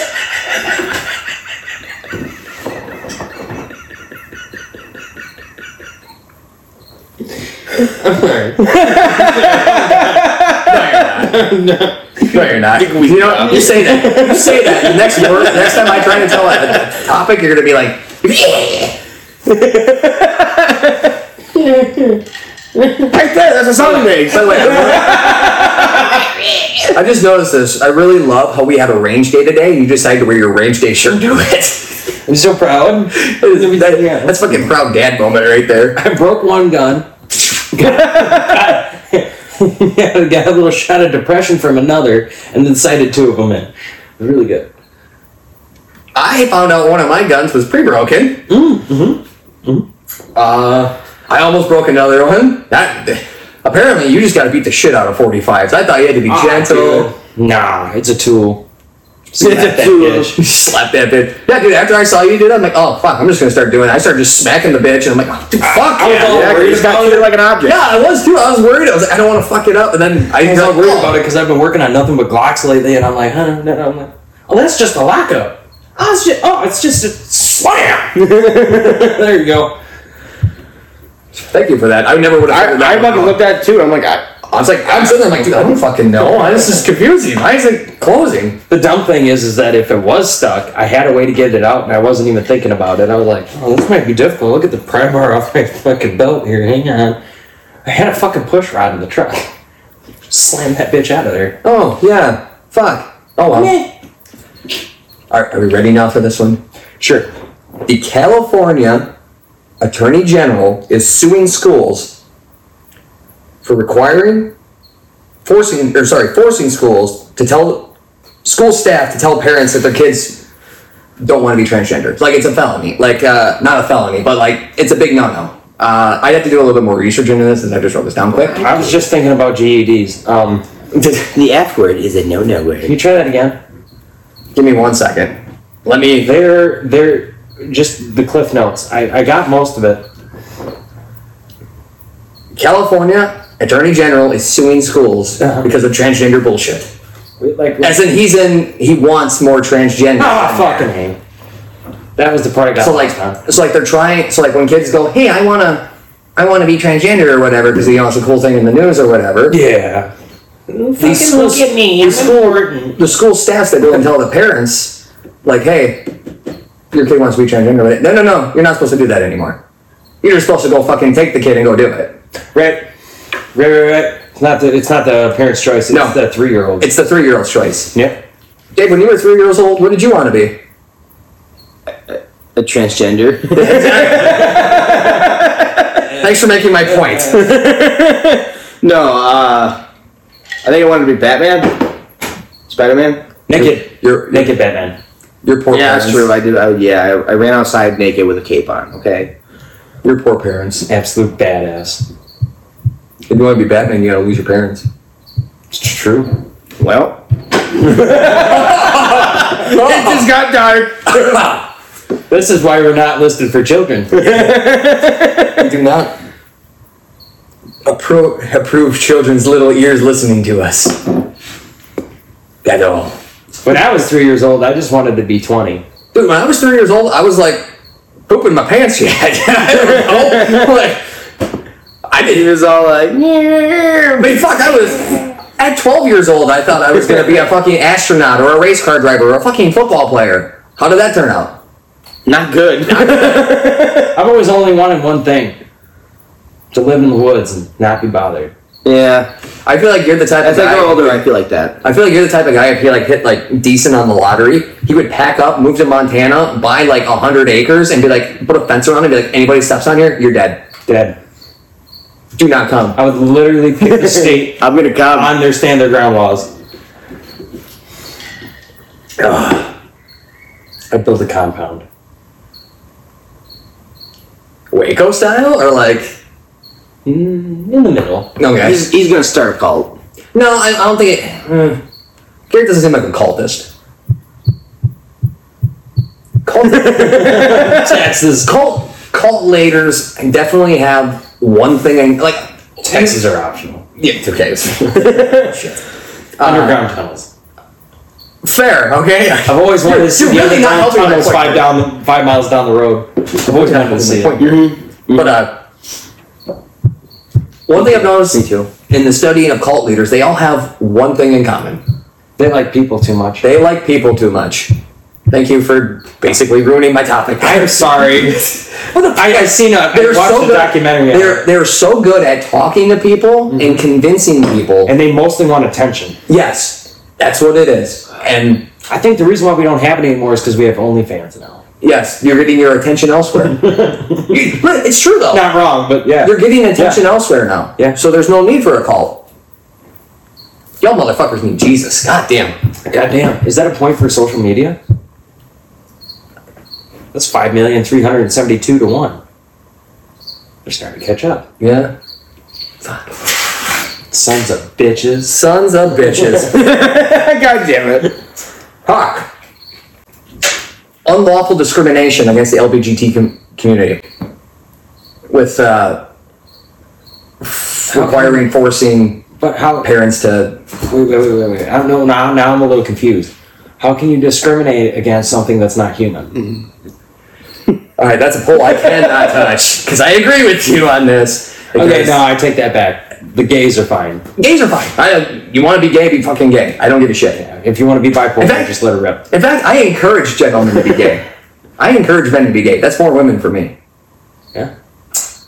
[SPEAKER 2] No, you're not. You know, you say that. You say that. The next word, next time I try to tell a topic, you're gonna be like,
[SPEAKER 5] Right there, that's a song thing.
[SPEAKER 2] By the way, I, really- I just noticed this. I really love how we had a range day today, and you decided to wear your range day shirt to it.
[SPEAKER 6] I'm so proud.
[SPEAKER 2] That- that's fucking proud dad moment right there.
[SPEAKER 6] I broke one gun. yeah, got a little shot of depression from another, and then sighted two of them in. Really good.
[SPEAKER 2] I found out one of my guns was pre-broken. Mm, mm-hmm. Uh, I almost broke another one. That apparently you just got to beat the shit out of 45s. I thought you had to be gentle.
[SPEAKER 6] Nah, it's a tool.
[SPEAKER 2] Slap that bitch. Slap that bitch. Yeah, dude. After I saw you do that, I'm like, oh fuck, I'm just gonna start doing. It. I started just smacking the bitch, and I'm like, oh, dude, fuck. yeah, yeah,
[SPEAKER 6] all worried
[SPEAKER 2] you just got-
[SPEAKER 5] treated Oh, like an object.
[SPEAKER 2] yeah, I was too. I was worried. I was like, I don't want to fuck it up, and then I
[SPEAKER 6] I was
[SPEAKER 2] felt
[SPEAKER 6] all worried about it because I've been working on nothing but Glocks lately, and I'm like, huh? No, no, I'm like, oh, that's just a lockup. Oh, it's just, oh, it's just a slam. there you go.
[SPEAKER 2] oh, Thank you for that. I never would
[SPEAKER 5] I,
[SPEAKER 2] have.
[SPEAKER 5] I fucking looked at it too. I'm like, I,
[SPEAKER 2] I was like, I'm sitting there, I'm like, dude, I don't fucking know. Why- Oh, This is confusing. Why is it closing?
[SPEAKER 6] The dumb thing is, is that if it was stuck, I had a way to get it out, and I wasn't even thinking about it. I was like, oh, this might be difficult. Look at the pry bar off my fucking belt here. Hang on. I had a fucking push rod in the truck. Slam that bitch out of there.
[SPEAKER 2] Oh, yeah. Fuck. Oh, well. Are, are we ready now for this one?
[SPEAKER 6] Sure.
[SPEAKER 2] The California Attorney General is suing schools for requiring, forcing, or sorry, forcing schools to tell, school staff to tell parents that their kids don't want to be transgender. Like, it's a felony. Like, uh, not a felony, but like, it's a big no no. Uh, I'd have to do a little bit more research into this since I just wrote this down quick.
[SPEAKER 6] I was just thinking about GEDs. Um,
[SPEAKER 5] the F word is a no-no
[SPEAKER 6] can
[SPEAKER 5] word.
[SPEAKER 6] you try that again?
[SPEAKER 2] Give me one second. Let me
[SPEAKER 6] They're they're just the cliff notes. I, I got most of it.
[SPEAKER 2] California Attorney General is suing schools
[SPEAKER 6] Uh-huh.
[SPEAKER 2] because of transgender bullshit.
[SPEAKER 6] We- Like,
[SPEAKER 2] As in, he's in. He wants more transgender.
[SPEAKER 6] ah, fucking hate. That was the part I got.
[SPEAKER 2] So like,
[SPEAKER 6] last time.
[SPEAKER 2] so like they're trying. So like when kids go, hey, I wanna, I wanna be transgender or whatever, because you know it's a cool thing in the news or whatever.
[SPEAKER 6] yeah.
[SPEAKER 2] These schools,
[SPEAKER 6] me. It's important.
[SPEAKER 2] the school staffs that go and tell the parents, like, hey, your kid wants to be transgender. But no, no, no, you're not supposed to do that anymore. You're just supposed to go fucking take the kid and go do it.
[SPEAKER 6] Right. Right, right, right. It's not the it's not the parents' choice. It's
[SPEAKER 2] No.
[SPEAKER 6] the three year old.
[SPEAKER 2] It's the three year old's choice.
[SPEAKER 6] yeah.
[SPEAKER 2] Dave, when you were three years old, what did you want to be?
[SPEAKER 5] A transgender.
[SPEAKER 2] Thanks for making my point.
[SPEAKER 5] no, uh, I think I wanted to be Batman. Spider Man.
[SPEAKER 6] Naked.
[SPEAKER 2] Your
[SPEAKER 6] Naked Batman.
[SPEAKER 2] your poor
[SPEAKER 5] Yeah, that's
[SPEAKER 2] parents.
[SPEAKER 5] true. I did. I, yeah, I, I ran outside naked with a cape on. Okay.
[SPEAKER 2] Your poor parents.
[SPEAKER 6] Absolute badass.
[SPEAKER 2] If you want to be Batman, you gotta lose your parents.
[SPEAKER 6] It's true.
[SPEAKER 5] Well. it just got dark.
[SPEAKER 6] This is why we're not listed for children.
[SPEAKER 2] We do not appro- approve children's little ears listening to us. At all.
[SPEAKER 6] when I was three years old, I just wanted to be twenty.
[SPEAKER 2] Dude, when I was three years old, I was like pooping my pants yet. I don't know. Like, I
[SPEAKER 5] He
[SPEAKER 2] didn't.
[SPEAKER 5] was all like,
[SPEAKER 2] I mean, fuck, I was. At 12 years old, I thought I was going to be a fucking astronaut or a race car driver or a fucking football player. How did that turn out?
[SPEAKER 5] not good.
[SPEAKER 6] I've always only wanted one thing. To live in the woods and not be bothered.
[SPEAKER 5] yeah.
[SPEAKER 2] I feel like you're the type of
[SPEAKER 5] As I
[SPEAKER 2] guy.
[SPEAKER 5] grow older, I feel like that.
[SPEAKER 2] I feel like you're the type of guy if he like hit like decent on the lottery, he would pack up, move to Montana, buy like a hundred acres, and be like, put a fence around it, and be like, anybody steps on here, you're dead.
[SPEAKER 6] Dead.
[SPEAKER 2] Do not come.
[SPEAKER 6] I would literally pick the state
[SPEAKER 5] I'm gonna come.
[SPEAKER 6] on their stand their ground laws. I built a compound.
[SPEAKER 2] Waco style or like
[SPEAKER 6] Mm, in the middle.
[SPEAKER 2] no guys?
[SPEAKER 5] he's, he's gonna start a cult.
[SPEAKER 2] No, I, I don't think it. Mm. Garrett doesn't seem like a cultist. Cult,
[SPEAKER 6] Taxes.
[SPEAKER 2] cult, cult leaders definitely have one thing. in- Like
[SPEAKER 6] Taxes are optional.
[SPEAKER 2] yeah, it's okay.
[SPEAKER 6] Uh, Underground tunnels.
[SPEAKER 2] Fair, okay.
[SPEAKER 6] I've always wanted to see
[SPEAKER 2] you're
[SPEAKER 6] the
[SPEAKER 2] really not
[SPEAKER 6] underground
[SPEAKER 2] helping my
[SPEAKER 6] tunnels
[SPEAKER 2] point.
[SPEAKER 6] five down, five miles down the road. I've always wanted to see it. Mm-hmm.
[SPEAKER 2] But uh, one thing I've noticed
[SPEAKER 5] Me too.
[SPEAKER 2] in the studying of cult leaders, they all have one thing in common:
[SPEAKER 6] They like people too much.
[SPEAKER 2] they like people too much. Thank you for basically ruining my topic.
[SPEAKER 6] I'm sorry. I, I've seen a. I
[SPEAKER 2] They're
[SPEAKER 6] watched
[SPEAKER 2] so
[SPEAKER 6] a
[SPEAKER 2] good.
[SPEAKER 6] documentary. on
[SPEAKER 2] They're
[SPEAKER 6] it,
[SPEAKER 2] they're so good at talking to people and convincing people.
[SPEAKER 6] and they mostly want attention.
[SPEAKER 2] yes, that's what it is. And
[SPEAKER 6] I think the reason why we don't have it anymore is because we have OnlyFans now.
[SPEAKER 2] yes, you're getting your attention elsewhere. You- but it's true though.
[SPEAKER 6] Not wrong, but yeah.
[SPEAKER 2] You're getting attention elsewhere now.
[SPEAKER 6] Yeah.
[SPEAKER 2] So there's no need for a cult. Y'all motherfuckers need Jesus. God damn.
[SPEAKER 6] Goddamn. Is that a point for social media? That's 5,372 to 1. They're starting to catch up.
[SPEAKER 2] Yeah.
[SPEAKER 6] Sons of bitches.
[SPEAKER 2] Sons of bitches.
[SPEAKER 6] God damn it.
[SPEAKER 2] Hawk. Unlawful discrimination against the LGBT com- community. With uh, requiring, forcing
[SPEAKER 6] But how.
[SPEAKER 2] parents to.
[SPEAKER 6] Wait, wait, wait, wait, wait. I don't know. Now, now I'm a little confused. How can you discriminate against something that's not
[SPEAKER 2] Mm-hmm.
[SPEAKER 6] human?
[SPEAKER 2] All right, that's a poll I cannot touch because I agree with you on this.
[SPEAKER 6] Okay,
[SPEAKER 2] Because
[SPEAKER 6] no, I take that back. The gays are fine.
[SPEAKER 2] Gays are fine. I, you want to be gay, be fucking gay. I don't give a shit.
[SPEAKER 6] If you want to be bipolar,
[SPEAKER 2] fact-
[SPEAKER 6] just let it rip.
[SPEAKER 2] In fact, I encourage gentlemen to be gay. I encourage men to be gay. That's more women for me.
[SPEAKER 6] Yeah.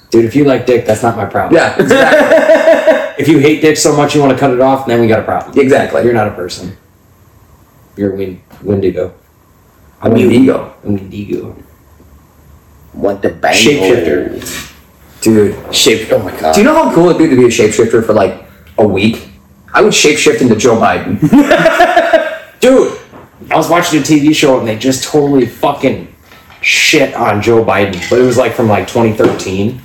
[SPEAKER 6] Dude, if you like dick, that's not my problem.
[SPEAKER 2] Yeah, exactly.
[SPEAKER 6] If you hate dick so much you want to cut it off, then we got a problem.
[SPEAKER 2] exactly.
[SPEAKER 6] You're not a person. You're a win- Wendigo.
[SPEAKER 2] I'm an ego.
[SPEAKER 6] Wendigo.
[SPEAKER 5] Want the bang?
[SPEAKER 6] Shapeshifter.
[SPEAKER 2] Dude.
[SPEAKER 5] Shape. Oh my god.
[SPEAKER 2] Do you know how cool it'd be to be a shapeshifter for like a week? I would shapeshift into Joe Biden.
[SPEAKER 6] Dude, I was watching a TV show and they just totally fucking shit on Joe Biden, but it was like from like 2013.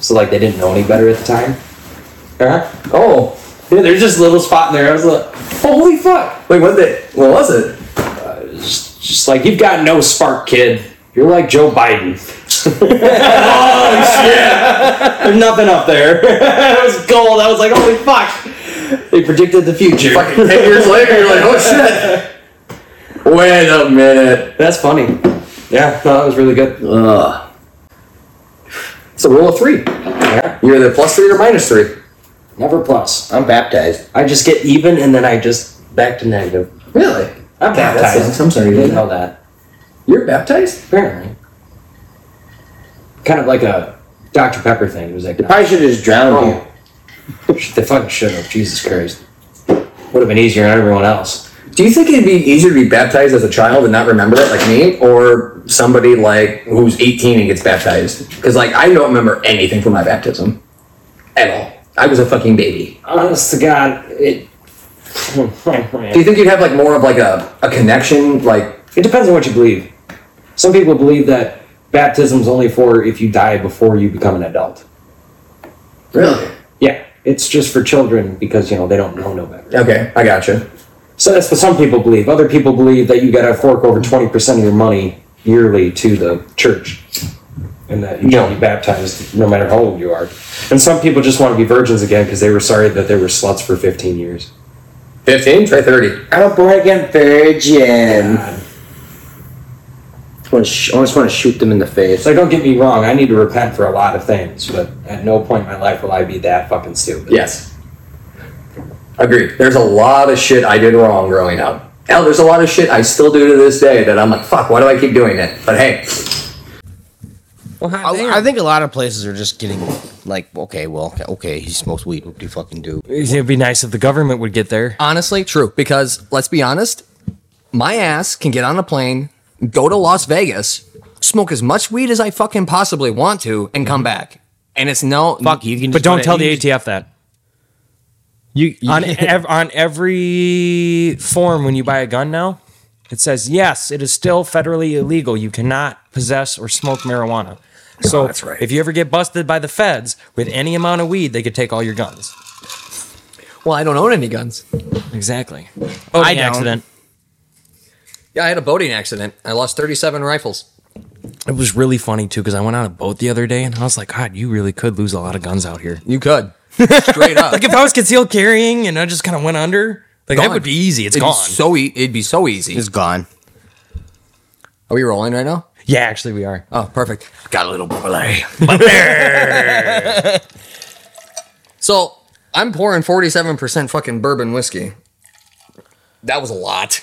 [SPEAKER 6] So like they didn't know any better at the time. Uh-huh.
[SPEAKER 2] Oh,
[SPEAKER 6] Yeah, there's just a little spot in there. I was like, holy fuck.
[SPEAKER 2] wait, what the? What was it?
[SPEAKER 6] Just, just like you've got no spark, kid. You're like Joe Biden. oh shit! There's nothing up there. that was gold. I was like, holy fuck. They predicted the future.
[SPEAKER 2] Fucking ten years later, you're like, oh shit. Wait a minute.
[SPEAKER 6] That's funny. Yeah, no, that was really good.
[SPEAKER 2] Ugh. It's a rule of three.
[SPEAKER 6] Yeah.
[SPEAKER 2] You're either plus three or minus three.
[SPEAKER 6] Never plus.
[SPEAKER 5] I'm baptized.
[SPEAKER 6] I just get even and then I just back to negative.
[SPEAKER 2] Really?
[SPEAKER 6] I'm baptized.
[SPEAKER 2] I'm sorry.
[SPEAKER 6] I
[SPEAKER 2] you
[SPEAKER 6] didn't
[SPEAKER 2] didn't-
[SPEAKER 6] know that.
[SPEAKER 2] You're baptized?
[SPEAKER 6] Apparently. Kind of like a Dr. Pepper thing. It was like,
[SPEAKER 5] Probably should have just drowned you.
[SPEAKER 6] they fucking should have. Jesus Christ. Would have been easier on everyone else.
[SPEAKER 2] Do you think it'd be easier to be baptized as a child and not remember it, like me, or somebody like who's 18 and gets baptized? Because like I don't remember anything from my baptism, at all. I was a fucking baby.
[SPEAKER 6] Honest to God, it.
[SPEAKER 2] Do you think you'd have like more of like a, a connection, like
[SPEAKER 6] It depends on what you believe. Some people believe that baptism's only for if you die before you become an adult.
[SPEAKER 2] really?
[SPEAKER 6] Yeah, it's just for children because you know they don't know no better.
[SPEAKER 2] Okay, I gotcha.
[SPEAKER 6] So that's what some people believe. Other people believe that you got to fork over twenty percent of your money yearly to the church, and that you should be baptized no matter how old you are. And some people just want to be virgins again because they were sorry that they were sluts for fifteen years.
[SPEAKER 2] 15? Try 30.
[SPEAKER 5] I'm a born again virgin. I wanna sh- I just want to shoot them in the face.
[SPEAKER 6] So don't get me wrong, I need to repent for a lot of things, but at no point in my life will I be that fucking stupid.
[SPEAKER 2] Yes. Agreed. There's a lot of shit I did wrong growing up. Hell, there's a lot of shit I still do to this day that I'm like, fuck, why do I keep doing it? But hey,
[SPEAKER 1] Well, hot damn.
[SPEAKER 7] I, I think a lot of places are just getting like, okay, well, okay, he smokes weed. What do you fucking do?
[SPEAKER 1] It'd be nice if the government would get there.
[SPEAKER 4] Honestly, true. Because let's be honest, my ass can get on a plane, go to Las Vegas, smoke as much weed as I fucking possibly want to, and come back. And it's no
[SPEAKER 7] Fuck, you can.
[SPEAKER 1] But
[SPEAKER 7] just
[SPEAKER 1] don't
[SPEAKER 7] put it-
[SPEAKER 1] tell the
[SPEAKER 7] you
[SPEAKER 1] ATF that.
[SPEAKER 7] You, you
[SPEAKER 1] On e-, ev- on every form when you buy a gun now, it says yes, it is still federally illegal. You cannot possess or smoke marijuana. So
[SPEAKER 2] that's right.
[SPEAKER 1] if you ever get busted by the feds with any amount of weed, they could take all your guns.
[SPEAKER 4] Well, I don't own any guns.
[SPEAKER 1] Exactly. Oh,
[SPEAKER 4] I don't.
[SPEAKER 1] accident.
[SPEAKER 4] Yeah, I had a boating accident. I lost 37 rifles.
[SPEAKER 1] It was really funny too because I went on a boat the other day and I was like, God, you really could lose a lot of guns out here.
[SPEAKER 4] You could. Straight up.
[SPEAKER 1] Like if I was concealed carrying and I just kind of went under, like that
[SPEAKER 4] Gone.
[SPEAKER 1] would be easy. It's
[SPEAKER 4] it'd
[SPEAKER 1] gone.
[SPEAKER 4] Be so e- it'd be so easy.
[SPEAKER 7] is gone.
[SPEAKER 4] Are we rolling right now?
[SPEAKER 1] yeah, actually, we are.
[SPEAKER 4] Oh, perfect. Got a little boy. so I'm pouring 47% fucking bourbon whiskey. That was a lot.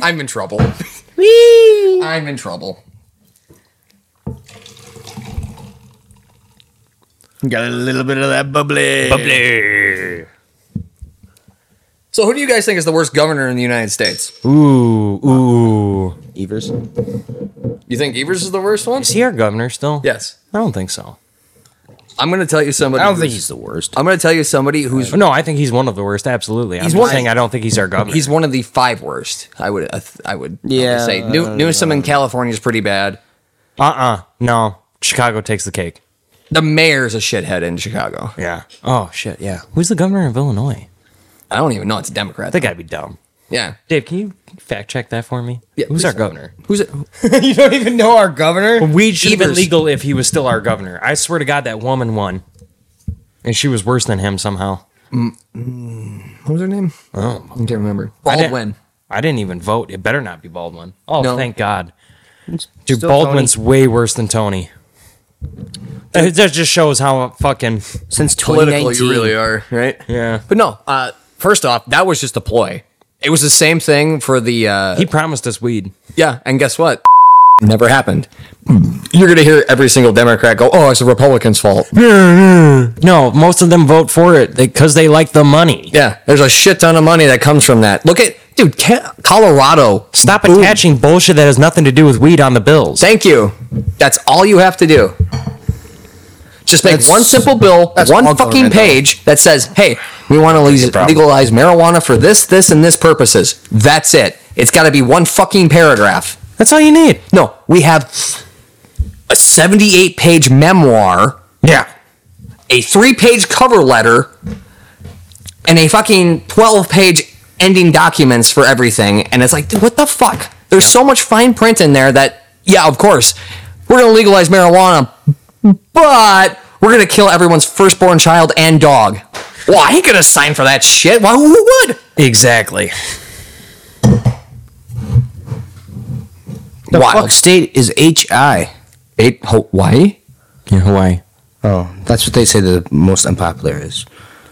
[SPEAKER 4] I'm in trouble. I'm in trouble.
[SPEAKER 7] Got a little bit of that bubbly. Bubbly.
[SPEAKER 4] So, who do you guys think is the worst governor in the United States?
[SPEAKER 1] Ooh, ooh.
[SPEAKER 7] Evers.
[SPEAKER 4] You think Evers is the worst one?
[SPEAKER 1] Is he our governor still?
[SPEAKER 4] Yes.
[SPEAKER 1] I don't think so.
[SPEAKER 4] I'm going to tell you somebody.
[SPEAKER 7] I don't
[SPEAKER 4] who's-
[SPEAKER 7] think he's the worst.
[SPEAKER 4] I'm going to tell you somebody who's
[SPEAKER 1] No, I think he's one of the worst. Absolutely. I'm
[SPEAKER 4] He's
[SPEAKER 1] just
[SPEAKER 4] one-
[SPEAKER 1] saying I don't think he's our governor.
[SPEAKER 4] He's one of the five worst. I would, I, th- I would, I would
[SPEAKER 7] Yeah,
[SPEAKER 4] say New, Newsom in California is pretty bad.
[SPEAKER 1] uh uh No. Chicago takes the cake.
[SPEAKER 4] The mayor's a shithead in Chicago.
[SPEAKER 1] Yeah. Oh shit. Yeah. Who's the governor of Illinois?
[SPEAKER 4] I don't even know it's a Democrat.
[SPEAKER 1] They gotta be dumb.
[SPEAKER 4] yeah,
[SPEAKER 1] Dave, can you fact check that for me?
[SPEAKER 4] Yeah,
[SPEAKER 1] Who's
[SPEAKER 4] please.
[SPEAKER 1] our governor?
[SPEAKER 4] who's it?
[SPEAKER 7] you don't even know our governor.
[SPEAKER 1] Weed should have been
[SPEAKER 4] Evers.
[SPEAKER 1] legal if he was still our governor. I swear to God, that woman won, and she was worse than him somehow.
[SPEAKER 4] What was her name? Oh, I can't remember.
[SPEAKER 1] didn't-
[SPEAKER 4] Baldwin.
[SPEAKER 1] I didn't even vote. It better not be Baldwin. Oh,
[SPEAKER 4] No.
[SPEAKER 1] thank God. Dude, Baldwin's way worse than Tony. That that just shows how fucking
[SPEAKER 7] Since
[SPEAKER 4] Political,
[SPEAKER 7] 2019,
[SPEAKER 4] you really are, right?
[SPEAKER 1] yeah.
[SPEAKER 4] But no. Uh, first off, that was just a ploy. It was the same thing for the uh,
[SPEAKER 1] He promised us weed.
[SPEAKER 4] yeah, and guess what? Never happened. You're gonna hear every single Democrat go, "Oh, it's the Republicans' fault."
[SPEAKER 1] No, most of them vote for it because they like the money.
[SPEAKER 4] Yeah, there's a shit ton of money that comes from that. Look at, dude, Ca- Colorado.
[SPEAKER 1] Stop attaching bullshit that has nothing to do with weed on the bills.
[SPEAKER 4] Thank you. That's all you have to do. Just make
[SPEAKER 7] That's-
[SPEAKER 4] one simple bill,
[SPEAKER 7] that's
[SPEAKER 4] one
[SPEAKER 7] all
[SPEAKER 4] fucking
[SPEAKER 7] government, though.
[SPEAKER 4] page that says, "Hey, we want to le- legalize marijuana for this, this, and this purposes." That's it. It's got to be one fucking paragraph.
[SPEAKER 1] That's all you need.
[SPEAKER 4] No, we have a 78 page memoir,
[SPEAKER 1] Yeah.
[SPEAKER 4] a three page cover letter, and a fucking 12 page ending documents for everything. And it's like, dude, what the fuck? There's so much fine print in there that, yeah, of course, we're going to legalize marijuana, but we're going to kill everyone's firstborn child and dog.
[SPEAKER 2] Well, I ain't gonna sign for that shit. Why? Who would? Exactly.
[SPEAKER 8] The
[SPEAKER 2] Wild.
[SPEAKER 8] fuck state is HI?
[SPEAKER 9] Eight Hawaii.
[SPEAKER 1] Yeah, Hawaii.
[SPEAKER 8] Oh, that's what they say the most unpopular is.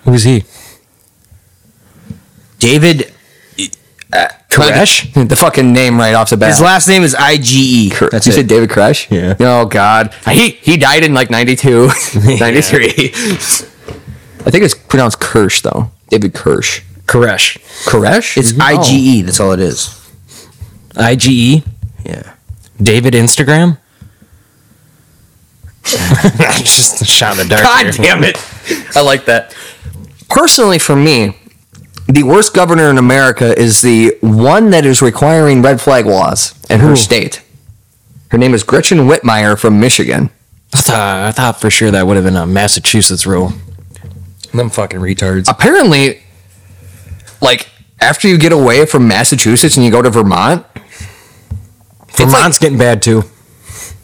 [SPEAKER 1] Who's he?
[SPEAKER 8] David
[SPEAKER 2] uh, The fucking name right off the bat.
[SPEAKER 8] His last name is I G E. That's
[SPEAKER 2] you
[SPEAKER 8] it.
[SPEAKER 2] said David Koresh?
[SPEAKER 1] Yeah.
[SPEAKER 2] Oh God, he he died in like 92, 93. I think it's pronounced Kirsch though. David Kirsch.
[SPEAKER 8] Koresh.
[SPEAKER 2] Koresh? Oh.
[SPEAKER 8] It's I G E. That's all it is.
[SPEAKER 1] IGE?
[SPEAKER 8] Yeah.
[SPEAKER 1] E. David Instagram? Just a shot in the dark.
[SPEAKER 2] God
[SPEAKER 1] here.
[SPEAKER 2] damn it! I like that. Personally, for me, the worst governor in America is the one that is requiring red flag laws in her state. Her name is Gretchen Whitmire from Michigan.
[SPEAKER 1] I thought, I thought for sure that would have been a Massachusetts rule. Uh, Them fucking retards.
[SPEAKER 2] apparently, like after you get away from Massachusetts and you go to Vermont,
[SPEAKER 1] Vermont's getting bad too.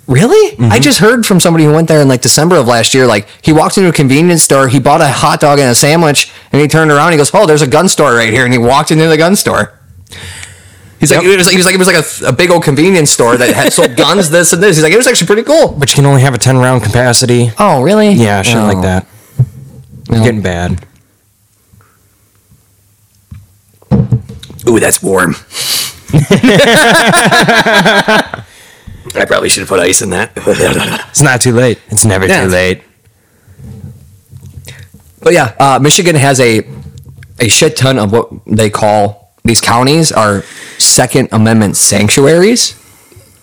[SPEAKER 2] really? I just heard from somebody who went there in like December of last year. Like he walked into a convenience store, he bought a hot dog and a sandwich, and he turned around, and he goes, "Oh, there's a gun store right here," and he walked into the gun store. He's like, it was like, he was like, it was like a, a big old convenience store that had sold guns, this and this. He's like, it was actually pretty cool.
[SPEAKER 1] But you can only have a 10 round capacity.
[SPEAKER 2] Oh, really?
[SPEAKER 1] Yeah, shit
[SPEAKER 2] Oh.
[SPEAKER 1] like that. It's Getting bad.
[SPEAKER 2] Ooh, that's warm. I probably should have put ice in that.
[SPEAKER 1] It's not too late. It's never
[SPEAKER 2] Yeah.
[SPEAKER 1] too late.
[SPEAKER 2] But yeah, uh, Michigan has a a shit ton of what they call these counties are Second Amendment sanctuaries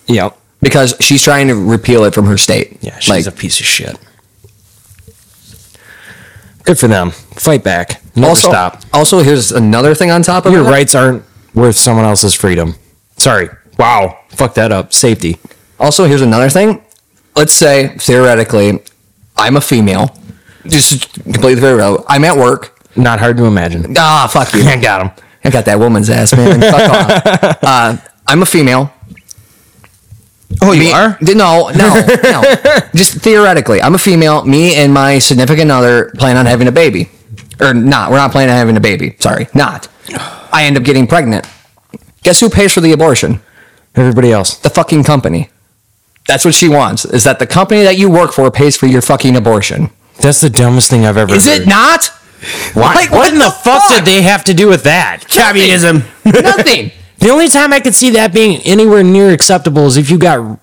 [SPEAKER 1] Yep.
[SPEAKER 2] because she's trying to repeal it from her state.
[SPEAKER 1] Yeah, she's a piece of shit. Good for them. Fight back. Never
[SPEAKER 2] also,
[SPEAKER 1] stop.
[SPEAKER 2] Also, here's another thing on top of
[SPEAKER 1] Your
[SPEAKER 2] that.
[SPEAKER 1] rights aren't worth someone else's freedom. Sorry. Wow. Fuck that up. Safety.
[SPEAKER 2] Also, here's another thing. Let's say theoretically, I'm a female. Just completely theoretical. I'm at work.
[SPEAKER 1] Not hard to imagine.
[SPEAKER 2] Ah, fuck you.
[SPEAKER 1] I got him.
[SPEAKER 2] I got that woman's ass, man. Fuck off. Uh, I'm a female.
[SPEAKER 1] Oh, you
[SPEAKER 2] Me-
[SPEAKER 1] are?
[SPEAKER 2] D- No, no, no. Just theoretically, I'm a female. Me and my significant other plan on having a baby, or not. We're not planning on having a baby. Sorry, not. I end up getting pregnant. Guess who pays for the abortion?
[SPEAKER 1] Everybody else.
[SPEAKER 2] The fucking company. That's what she wants. Is that the company that you work for pays for your fucking abortion?
[SPEAKER 1] That's the dumbest thing I've ever
[SPEAKER 2] Is
[SPEAKER 1] heard.
[SPEAKER 2] it not?
[SPEAKER 1] Why?
[SPEAKER 2] Like,
[SPEAKER 1] what, in the, fuck,
[SPEAKER 2] fuck?
[SPEAKER 1] did they have to do with that?
[SPEAKER 8] Communism.
[SPEAKER 2] Nothing.
[SPEAKER 1] The only time I could see that being anywhere near acceptable is if you got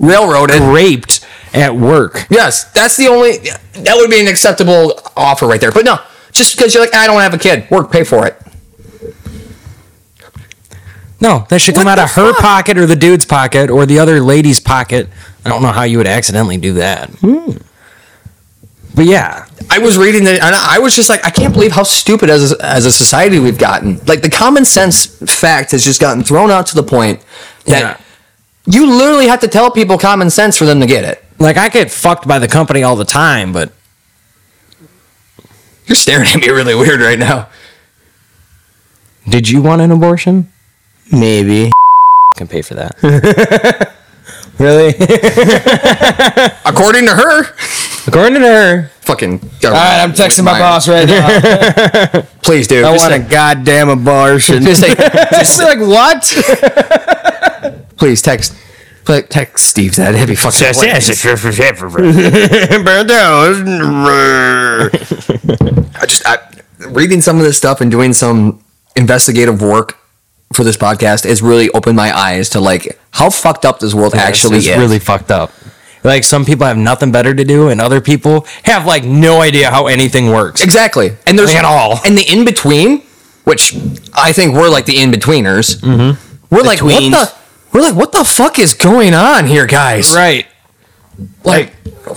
[SPEAKER 2] Railroaded.
[SPEAKER 1] raped at work.
[SPEAKER 2] Yes, that's the only. That would be an acceptable offer right there. But no, just because you're like, I don't have a kid. Work, pay for it.
[SPEAKER 1] No, that should come
[SPEAKER 2] What
[SPEAKER 1] out
[SPEAKER 2] the
[SPEAKER 1] of her
[SPEAKER 2] fuck?
[SPEAKER 1] pocket or the dude's pocket or the other lady's pocket. I don't know how you would accidentally do that.
[SPEAKER 2] Hmm.
[SPEAKER 1] But yeah,
[SPEAKER 2] I was reading it and I was just like, I can't believe how stupid as a, as a society we've gotten. Like the common sense fact has just gotten thrown out to the point that you literally have to tell people common sense for them to get it.
[SPEAKER 1] like I get fucked by the company all the time, but
[SPEAKER 2] You're staring at me really weird right now.
[SPEAKER 1] did you want an abortion?
[SPEAKER 8] Maybe.
[SPEAKER 1] Can pay for that.
[SPEAKER 8] Really?
[SPEAKER 2] According to her,
[SPEAKER 1] According to her,
[SPEAKER 2] fucking.
[SPEAKER 8] All right, I'm texting my boss right now.
[SPEAKER 2] Please, dude.
[SPEAKER 8] I
[SPEAKER 2] just
[SPEAKER 8] want a
[SPEAKER 2] say-
[SPEAKER 8] goddamn abortion.
[SPEAKER 2] Just say, just
[SPEAKER 8] like what?
[SPEAKER 2] please text. pl- Text Steve that. That'd be fucking. hilarious. I just I, reading some of this stuff and doing some investigative work for this podcast has really opened my eyes to like how fucked up this world actually
[SPEAKER 1] it's
[SPEAKER 2] is.
[SPEAKER 1] really fucked up. Like some people have nothing better to do, and other people have like no idea how anything works.
[SPEAKER 2] exactly, and there's
[SPEAKER 1] Like at all.
[SPEAKER 2] and the in between, which I think we're like the in betweeners. Mm-hmm. We're like
[SPEAKER 8] tweens.
[SPEAKER 2] what the we're like what the fuck is going on here, guys?
[SPEAKER 1] Right.
[SPEAKER 2] Like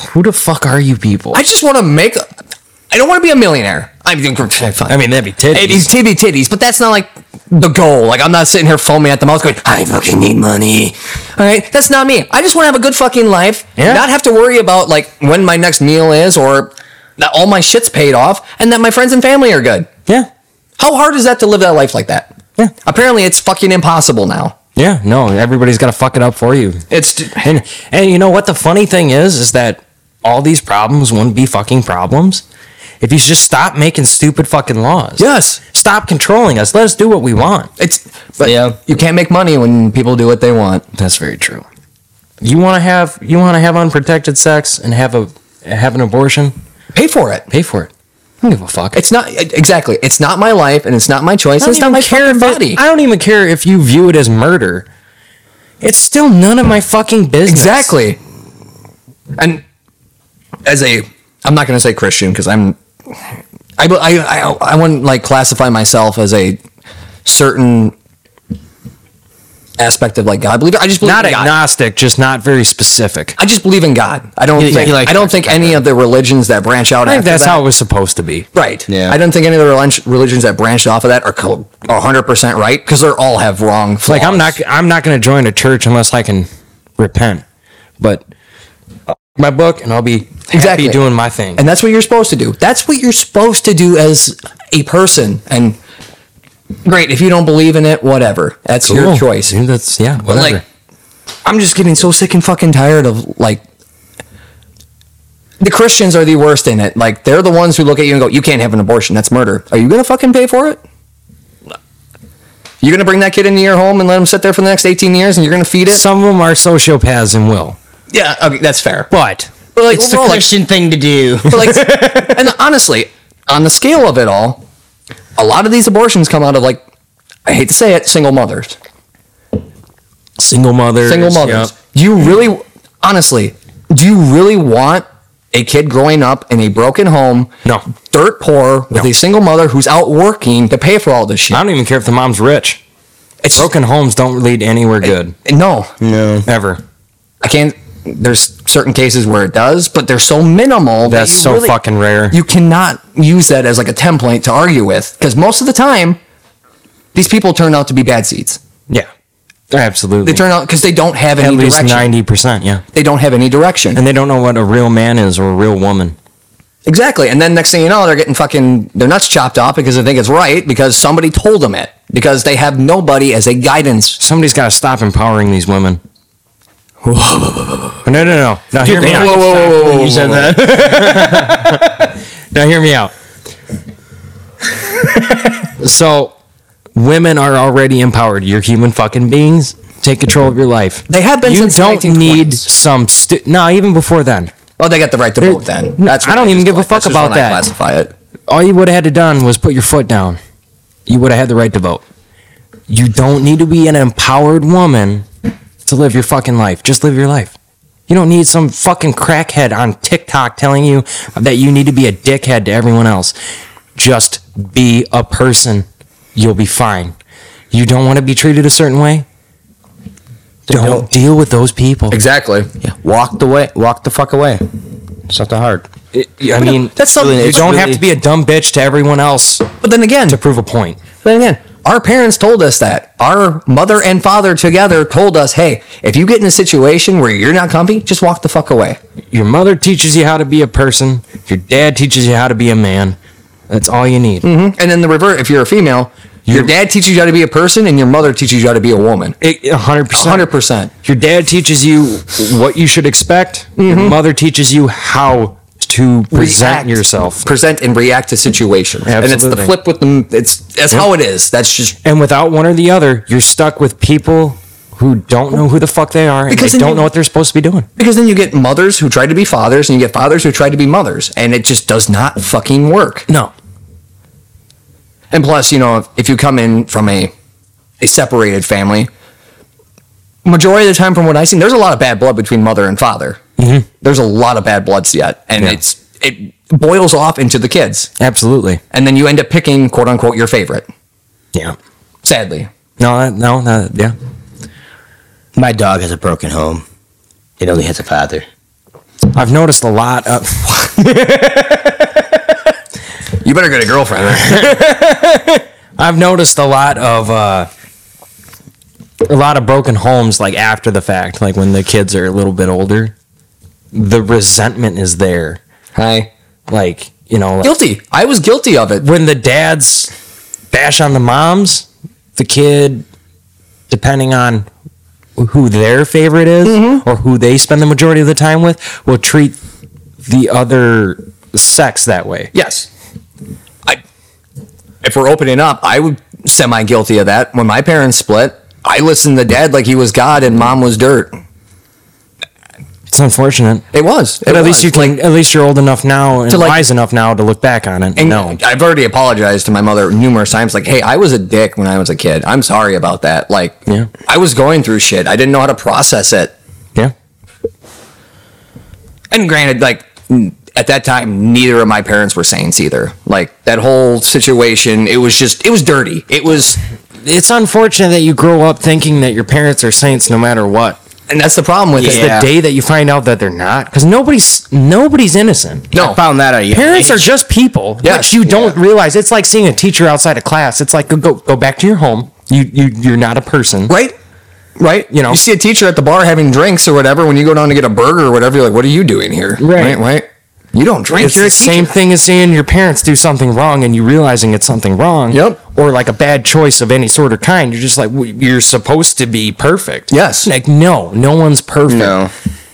[SPEAKER 1] Who the fuck are you people?
[SPEAKER 2] I just want to make. a- I don't want to be a millionaire. I'm fine.
[SPEAKER 1] I mean, that'd be titties.
[SPEAKER 2] Hey, these titty titties, but that's not like the goal. Like I'm not sitting here foaming at the mouth going, I fucking need money. All right, that's not me. I just want to have a good fucking life,
[SPEAKER 1] Yeah.
[SPEAKER 2] not have to worry about like when my next meal is or that all my shit's paid off and that my friends and family are good.
[SPEAKER 1] yeah.
[SPEAKER 2] How hard is that to live that life like that?
[SPEAKER 1] Yeah.
[SPEAKER 2] Apparently, it's fucking impossible now.
[SPEAKER 1] Yeah. No, everybody's got to fuck it up for you.
[SPEAKER 2] It's
[SPEAKER 1] And and you know what the funny thing is is that all these problems wouldn't be fucking problems If you just stop making stupid fucking laws.
[SPEAKER 2] Yes.
[SPEAKER 1] Stop controlling us. Let us do what we want.
[SPEAKER 2] It's but
[SPEAKER 4] Yeah.
[SPEAKER 2] you can't make money when people do what they want.
[SPEAKER 1] That's very true. You want to have you want to have unprotected sex and have a have an abortion?
[SPEAKER 2] Pay for it.
[SPEAKER 1] Pay for it. I don't give a fuck.
[SPEAKER 2] It's not e, exactly. It's not my life, and it's not my choice.
[SPEAKER 1] I
[SPEAKER 2] It's not
[SPEAKER 1] even
[SPEAKER 2] my
[SPEAKER 1] care
[SPEAKER 2] fucking
[SPEAKER 1] if it-
[SPEAKER 2] body.
[SPEAKER 1] I don't even care if you view it as murder. It's still none of my fucking business.
[SPEAKER 2] Exactly. And as a, I'm not going to say Christian because I'm, I, I, I, I wouldn't like classify myself as a certain aspect of like God believer. I just believe
[SPEAKER 1] Not
[SPEAKER 2] in God.
[SPEAKER 1] agnostic, just not very specific.
[SPEAKER 2] I just believe in God. I don't
[SPEAKER 1] You-
[SPEAKER 2] think
[SPEAKER 1] you like-
[SPEAKER 2] I don't think any of the religions that branch out.
[SPEAKER 1] I think
[SPEAKER 2] after
[SPEAKER 1] that's
[SPEAKER 2] that,
[SPEAKER 1] how it was supposed to be.
[SPEAKER 2] Right.
[SPEAKER 4] Yeah.
[SPEAKER 2] I don't think any of the relig- religions that branched off of that are co- 100% right because they all have wrong flaws.
[SPEAKER 1] Like I'm not I'm not going to join a church unless I can repent. But I'll read my book and I'll be happy
[SPEAKER 2] Exactly.
[SPEAKER 1] doing my thing.
[SPEAKER 2] And that's what you're supposed to do. That's what you're supposed to do as a person. And great, if you don't believe in it, whatever. That's your
[SPEAKER 1] Cool.
[SPEAKER 2] choice.
[SPEAKER 1] Dude, that's yeah,
[SPEAKER 2] But
[SPEAKER 1] whatever.
[SPEAKER 2] like, I'm just getting so sick and fucking tired of like. The Christians are the worst in it. Like they're the ones who look at you and go, "You can't have an abortion. That's murder. Are you gonna fucking pay for it? You're gonna bring that kid into your home and let him sit there for the next 18 years, and you're gonna feed it?
[SPEAKER 1] Some of them are sociopaths and will.
[SPEAKER 2] yeah, okay, that's fair.
[SPEAKER 1] But
[SPEAKER 2] But like,
[SPEAKER 4] It's the
[SPEAKER 2] overall, like,
[SPEAKER 4] Christian thing to do.
[SPEAKER 2] But, like, and honestly, on the scale of it all, a lot of these abortions come out of like, I hate to say it, single mothers,
[SPEAKER 1] single mothers,
[SPEAKER 2] single mothers. Do you really, honestly, do you really want a kid growing up in a broken home,
[SPEAKER 1] No.
[SPEAKER 2] dirt poor, with a single mother who's out working to pay for all this shit?
[SPEAKER 1] I don't even care if the mom's rich.
[SPEAKER 2] It's
[SPEAKER 1] Broken homes don't lead anywhere good
[SPEAKER 2] No,
[SPEAKER 4] no.
[SPEAKER 1] ever.
[SPEAKER 2] I can't. There's certain cases where it does, but they're so minimal. that
[SPEAKER 1] That's
[SPEAKER 2] you
[SPEAKER 1] so
[SPEAKER 2] really-
[SPEAKER 1] fucking rare.
[SPEAKER 2] you cannot use that as like a template to argue with because most of the time these people turn out to be bad seeds
[SPEAKER 1] yeah, absolutely.
[SPEAKER 2] they turn out because they don't have
[SPEAKER 1] At
[SPEAKER 2] any
[SPEAKER 1] least
[SPEAKER 2] direction
[SPEAKER 1] ninety percent. Yeah,
[SPEAKER 2] they don't have any direction
[SPEAKER 1] and they don't know what a real man is or a real woman.
[SPEAKER 2] exactly and then next thing you know they're getting fucking their nuts chopped off because they think it's right because somebody told them it because they have nobody as a guidance
[SPEAKER 1] Somebody's got to stop empowering these women. no, no, no, no. Hear me out.
[SPEAKER 4] You said that.
[SPEAKER 1] Now hear me out. so, women are already empowered. You're human fucking beings. Take control of your life.
[SPEAKER 2] They have been
[SPEAKER 1] You
[SPEAKER 2] since the
[SPEAKER 1] don't
[SPEAKER 2] 1920s.
[SPEAKER 1] need some. Stu- no, even before then,
[SPEAKER 2] oh they got the right to vote then that's
[SPEAKER 1] I don't
[SPEAKER 2] what
[SPEAKER 1] even
[SPEAKER 2] just
[SPEAKER 1] give a
[SPEAKER 2] like-
[SPEAKER 1] fuck
[SPEAKER 2] that's just
[SPEAKER 1] about
[SPEAKER 2] when I
[SPEAKER 1] that.
[SPEAKER 2] classify it
[SPEAKER 1] all you would have had to done was put your foot down. You would have had the right to vote. You don't need to be an empowered woman to live your fucking life. Just live your life. You don't need some fucking crackhead on TikTok telling you that you need to be a dickhead to everyone else. Just be a person. You'll be fine. You don't want to be treated a certain way? Don't, deal with those people.
[SPEAKER 2] exactly
[SPEAKER 4] Walk the way. Walk the fuck away. It's not that hard.
[SPEAKER 1] I mean,
[SPEAKER 2] that's something
[SPEAKER 1] you
[SPEAKER 2] it's
[SPEAKER 1] don't have
[SPEAKER 4] really-
[SPEAKER 1] to be a dumb bitch to everyone else to
[SPEAKER 2] but then again
[SPEAKER 1] prove a point.
[SPEAKER 2] But again, our parents told us that. Our mother and father together told us, hey, if you get in a situation where you're not comfy, just walk the fuck away.
[SPEAKER 1] your mother teaches you how to be a person. Your dad teaches you how to be a man. That's all you need.
[SPEAKER 4] Mm-hmm.
[SPEAKER 2] And then the reverse, if you're a female, your dad teaches you how to be a person and your mother teaches you how to be a woman.
[SPEAKER 1] It- a hundred percent.
[SPEAKER 2] 100%.
[SPEAKER 1] Your dad teaches you what you should expect.
[SPEAKER 4] Mm-hmm.
[SPEAKER 1] Your mother teaches you how to present
[SPEAKER 2] React.
[SPEAKER 1] yourself.
[SPEAKER 2] Present and react to situations. And it's the
[SPEAKER 1] Absolutely.
[SPEAKER 2] flip with them. It's that's how it is. That's just
[SPEAKER 1] And without one or the other, you're stuck with people who don't know who the fuck they are and
[SPEAKER 2] Because
[SPEAKER 1] they
[SPEAKER 2] then
[SPEAKER 1] don't
[SPEAKER 2] you-
[SPEAKER 1] know what they're supposed to be doing.
[SPEAKER 2] because then you get mothers who try to be fathers and you get fathers who try to be mothers. And it just does not fucking work.
[SPEAKER 1] No.
[SPEAKER 2] And plus, you know, if, if you come in from a a separated family, majority of the time, from what I seen, there's a lot of bad blood between mother and father. Mm-hmm. There's a lot of bad bloods yet, and
[SPEAKER 1] Yeah.
[SPEAKER 2] it's it boils off into the kids,
[SPEAKER 1] Absolutely.
[SPEAKER 2] and then you end up picking quote unquote your favorite.
[SPEAKER 1] Yeah.
[SPEAKER 2] Sadly,
[SPEAKER 1] No, that, no, no, yeah.
[SPEAKER 4] My dog has a broken home. It only has a father.
[SPEAKER 1] I've noticed a lot of.
[SPEAKER 2] you better get a girlfriend.
[SPEAKER 1] I've noticed a lot of uh, a lot of broken homes like after the fact, like when the kids are a little bit older, the resentment is there.
[SPEAKER 2] Hi,
[SPEAKER 1] Like you know, like
[SPEAKER 2] guilty. I was guilty of it.
[SPEAKER 1] when the dads bash on the moms, the kid, depending on who their
[SPEAKER 2] Mm-hmm.
[SPEAKER 1] favorite is or who they spend the majority of the time with, will treat the other sex that way.
[SPEAKER 2] Yes. I if we're opening up, I would semi guilty of that. When my parents split, I listened to dad like he was God and mom was dirt.
[SPEAKER 1] It's unfortunate,
[SPEAKER 2] It was.
[SPEAKER 1] but at least you can. at least you're old enough now and
[SPEAKER 2] To, like-
[SPEAKER 1] wise enough now to look back on it. And
[SPEAKER 2] And
[SPEAKER 1] know.
[SPEAKER 2] I've already apologized to my mother numerous times. Like, hey, I was a dick when I was a kid. I'm sorry about that. Like,
[SPEAKER 1] Yeah.
[SPEAKER 2] I was going through shit. I didn't know how to process it.
[SPEAKER 1] yeah,
[SPEAKER 2] And granted, like n- at that time, neither of my parents were saints either. Like that whole situation, it was just it was dirty. It was,
[SPEAKER 1] it's unfortunate that you grow up thinking that your parents are saints no matter what.
[SPEAKER 2] and that's the problem with
[SPEAKER 1] It's
[SPEAKER 2] it.
[SPEAKER 1] the day that you find out that they're not, because nobody's nobody's innocent.
[SPEAKER 2] No,
[SPEAKER 10] Found that out. Yeah.
[SPEAKER 1] Parents are just people,
[SPEAKER 2] Yes,
[SPEAKER 1] which you don't realize. It's like seeing a teacher outside of class. It's like go go, go back to your home. You you you're not a person.
[SPEAKER 2] right, right.
[SPEAKER 1] You know.
[SPEAKER 2] you see a teacher at the bar having drinks or whatever. When you go down to get a burger or whatever, you're like, what are you doing here?
[SPEAKER 1] Right.
[SPEAKER 2] right. right? You don't drink.
[SPEAKER 1] It's
[SPEAKER 2] you're
[SPEAKER 1] the
[SPEAKER 2] a teacher.
[SPEAKER 1] same thing as seeing your parents do something wrong and you realizing it's something wrong.
[SPEAKER 2] Yep.
[SPEAKER 1] Or like a bad choice of any sort or kind. You're just like, "W- you're supposed to be perfect.
[SPEAKER 2] Yes.
[SPEAKER 1] Like, no, no one's perfect.
[SPEAKER 2] No,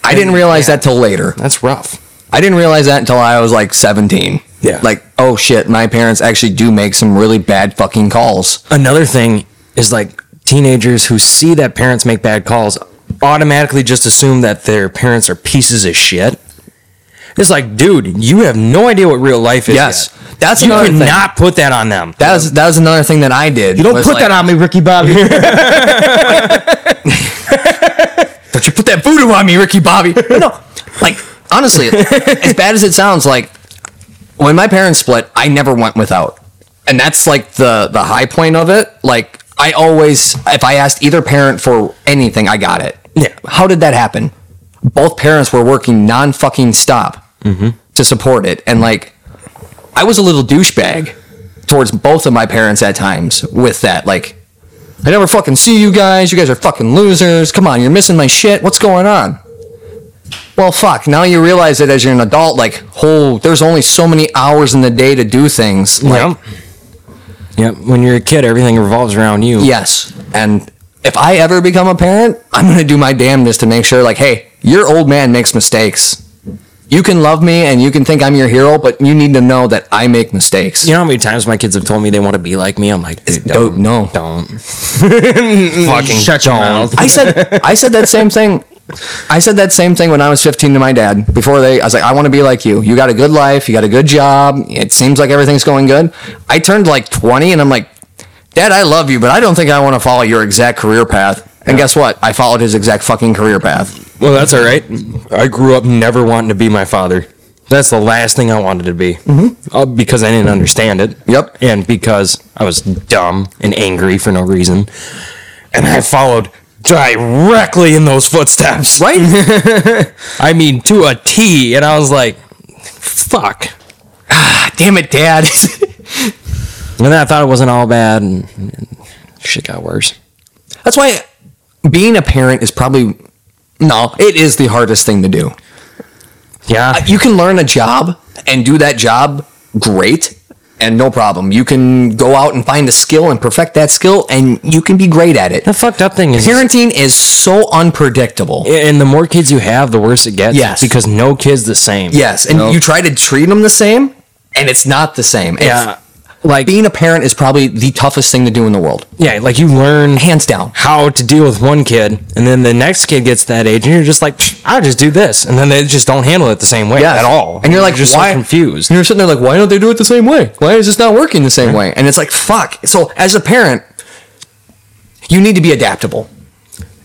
[SPEAKER 2] I didn't realize that till later.
[SPEAKER 1] That's rough.
[SPEAKER 2] I didn't realize that until I was like 17.
[SPEAKER 1] Yeah.
[SPEAKER 2] Like, oh shit, my parents actually do make some really bad fucking calls.
[SPEAKER 1] Another thing is like teenagers who see that parents make bad calls automatically just assume that their parents are pieces of shit. It's like, dude, you have no idea what real life is.
[SPEAKER 2] Yes.
[SPEAKER 1] yet.
[SPEAKER 2] That's
[SPEAKER 1] you
[SPEAKER 2] another
[SPEAKER 1] could
[SPEAKER 2] thing.
[SPEAKER 1] not put that on them.
[SPEAKER 2] That was that was another thing that I did.
[SPEAKER 1] You don't
[SPEAKER 2] was,
[SPEAKER 1] put
[SPEAKER 2] like,
[SPEAKER 1] that on me, Ricky Bobby.
[SPEAKER 2] Don't you put that voodoo on me, Ricky Bobby. no, like honestly, as bad as it sounds, like when my parents split, I never went without, and that's like the the high point of it. Like I always, if I asked either parent for anything, I got it.
[SPEAKER 1] Yeah.
[SPEAKER 2] How did that happen? Both parents were working non fucking stop to support it, and like I was a little douchebag towards both of my parents at times with that, like. I never fucking see you guys. You guys are fucking losers. Come on, you're missing my shit. What's going on? Well, fuck. Now you realize that as you're an adult, like, oh, there's only so many hours in the day to do things. Like,
[SPEAKER 1] Yep. When you're a kid, everything revolves around you.
[SPEAKER 2] yes. And if I ever become a parent, I'm gonna do my damnedest to make sure, like, hey, your old man makes mistakes. You can love me and you can think I'm your hero, but you need to know that I make mistakes.
[SPEAKER 1] You know how many times my kids have told me they want to be like me? I'm like, "Dude,
[SPEAKER 2] Don't, no.
[SPEAKER 1] don't.
[SPEAKER 10] fucking shut your mouth.
[SPEAKER 2] I said I said that same thing. I said that same thing when I was 15 to my dad. Before they, I was like, I want to be like you. You got a good life. You got a good job. It seems like everything's going good. I turned like 20 and I'm like, Dad, I love you, but I don't think I want to follow your exact career path. And guess what? I followed his exact fucking career path.
[SPEAKER 1] Well, that's all right. I grew up never wanting to be my father. That's the last thing I wanted to be. Mm-hmm. Uh, because I didn't understand it.
[SPEAKER 2] Yep.
[SPEAKER 1] And because I was dumb and angry for no reason. And I followed directly in those footsteps.
[SPEAKER 2] Right?
[SPEAKER 1] I mean, to a T. And I was like, fuck.
[SPEAKER 2] Damn it, Dad.
[SPEAKER 1] And then I thought it wasn't all bad. And, and shit got worse.
[SPEAKER 2] That's why being a parent is probably, no, it is the hardest thing to do.
[SPEAKER 1] Yeah.
[SPEAKER 2] you can learn a job and do that job great and no problem. You can go out and find a skill and perfect that skill and you can be great at it.
[SPEAKER 1] the fucked up thing is.
[SPEAKER 2] Parenting is so unpredictable.
[SPEAKER 1] And the more kids you have, the worse it gets.
[SPEAKER 2] Yes.
[SPEAKER 1] Because no kid's the same.
[SPEAKER 2] yes, and you try to treat them the same and it's not the same. It's-
[SPEAKER 1] Yeah. Like,
[SPEAKER 2] being a parent is probably the toughest thing to do in the world,
[SPEAKER 1] yeah, like you learn
[SPEAKER 2] hands down.
[SPEAKER 1] how to deal with one kid, and then the next kid gets to that age, and you're just like, "Psh, I'll just do this. And then they just don't handle it the same way
[SPEAKER 2] Yes.
[SPEAKER 1] at all.
[SPEAKER 2] And you're like,
[SPEAKER 1] just so
[SPEAKER 2] why-
[SPEAKER 1] confused.
[SPEAKER 2] And you're sitting there like, why don't they do it the same way? Why is this not working the same way? And it's like, fuck. So as a parent, you need to be adaptable.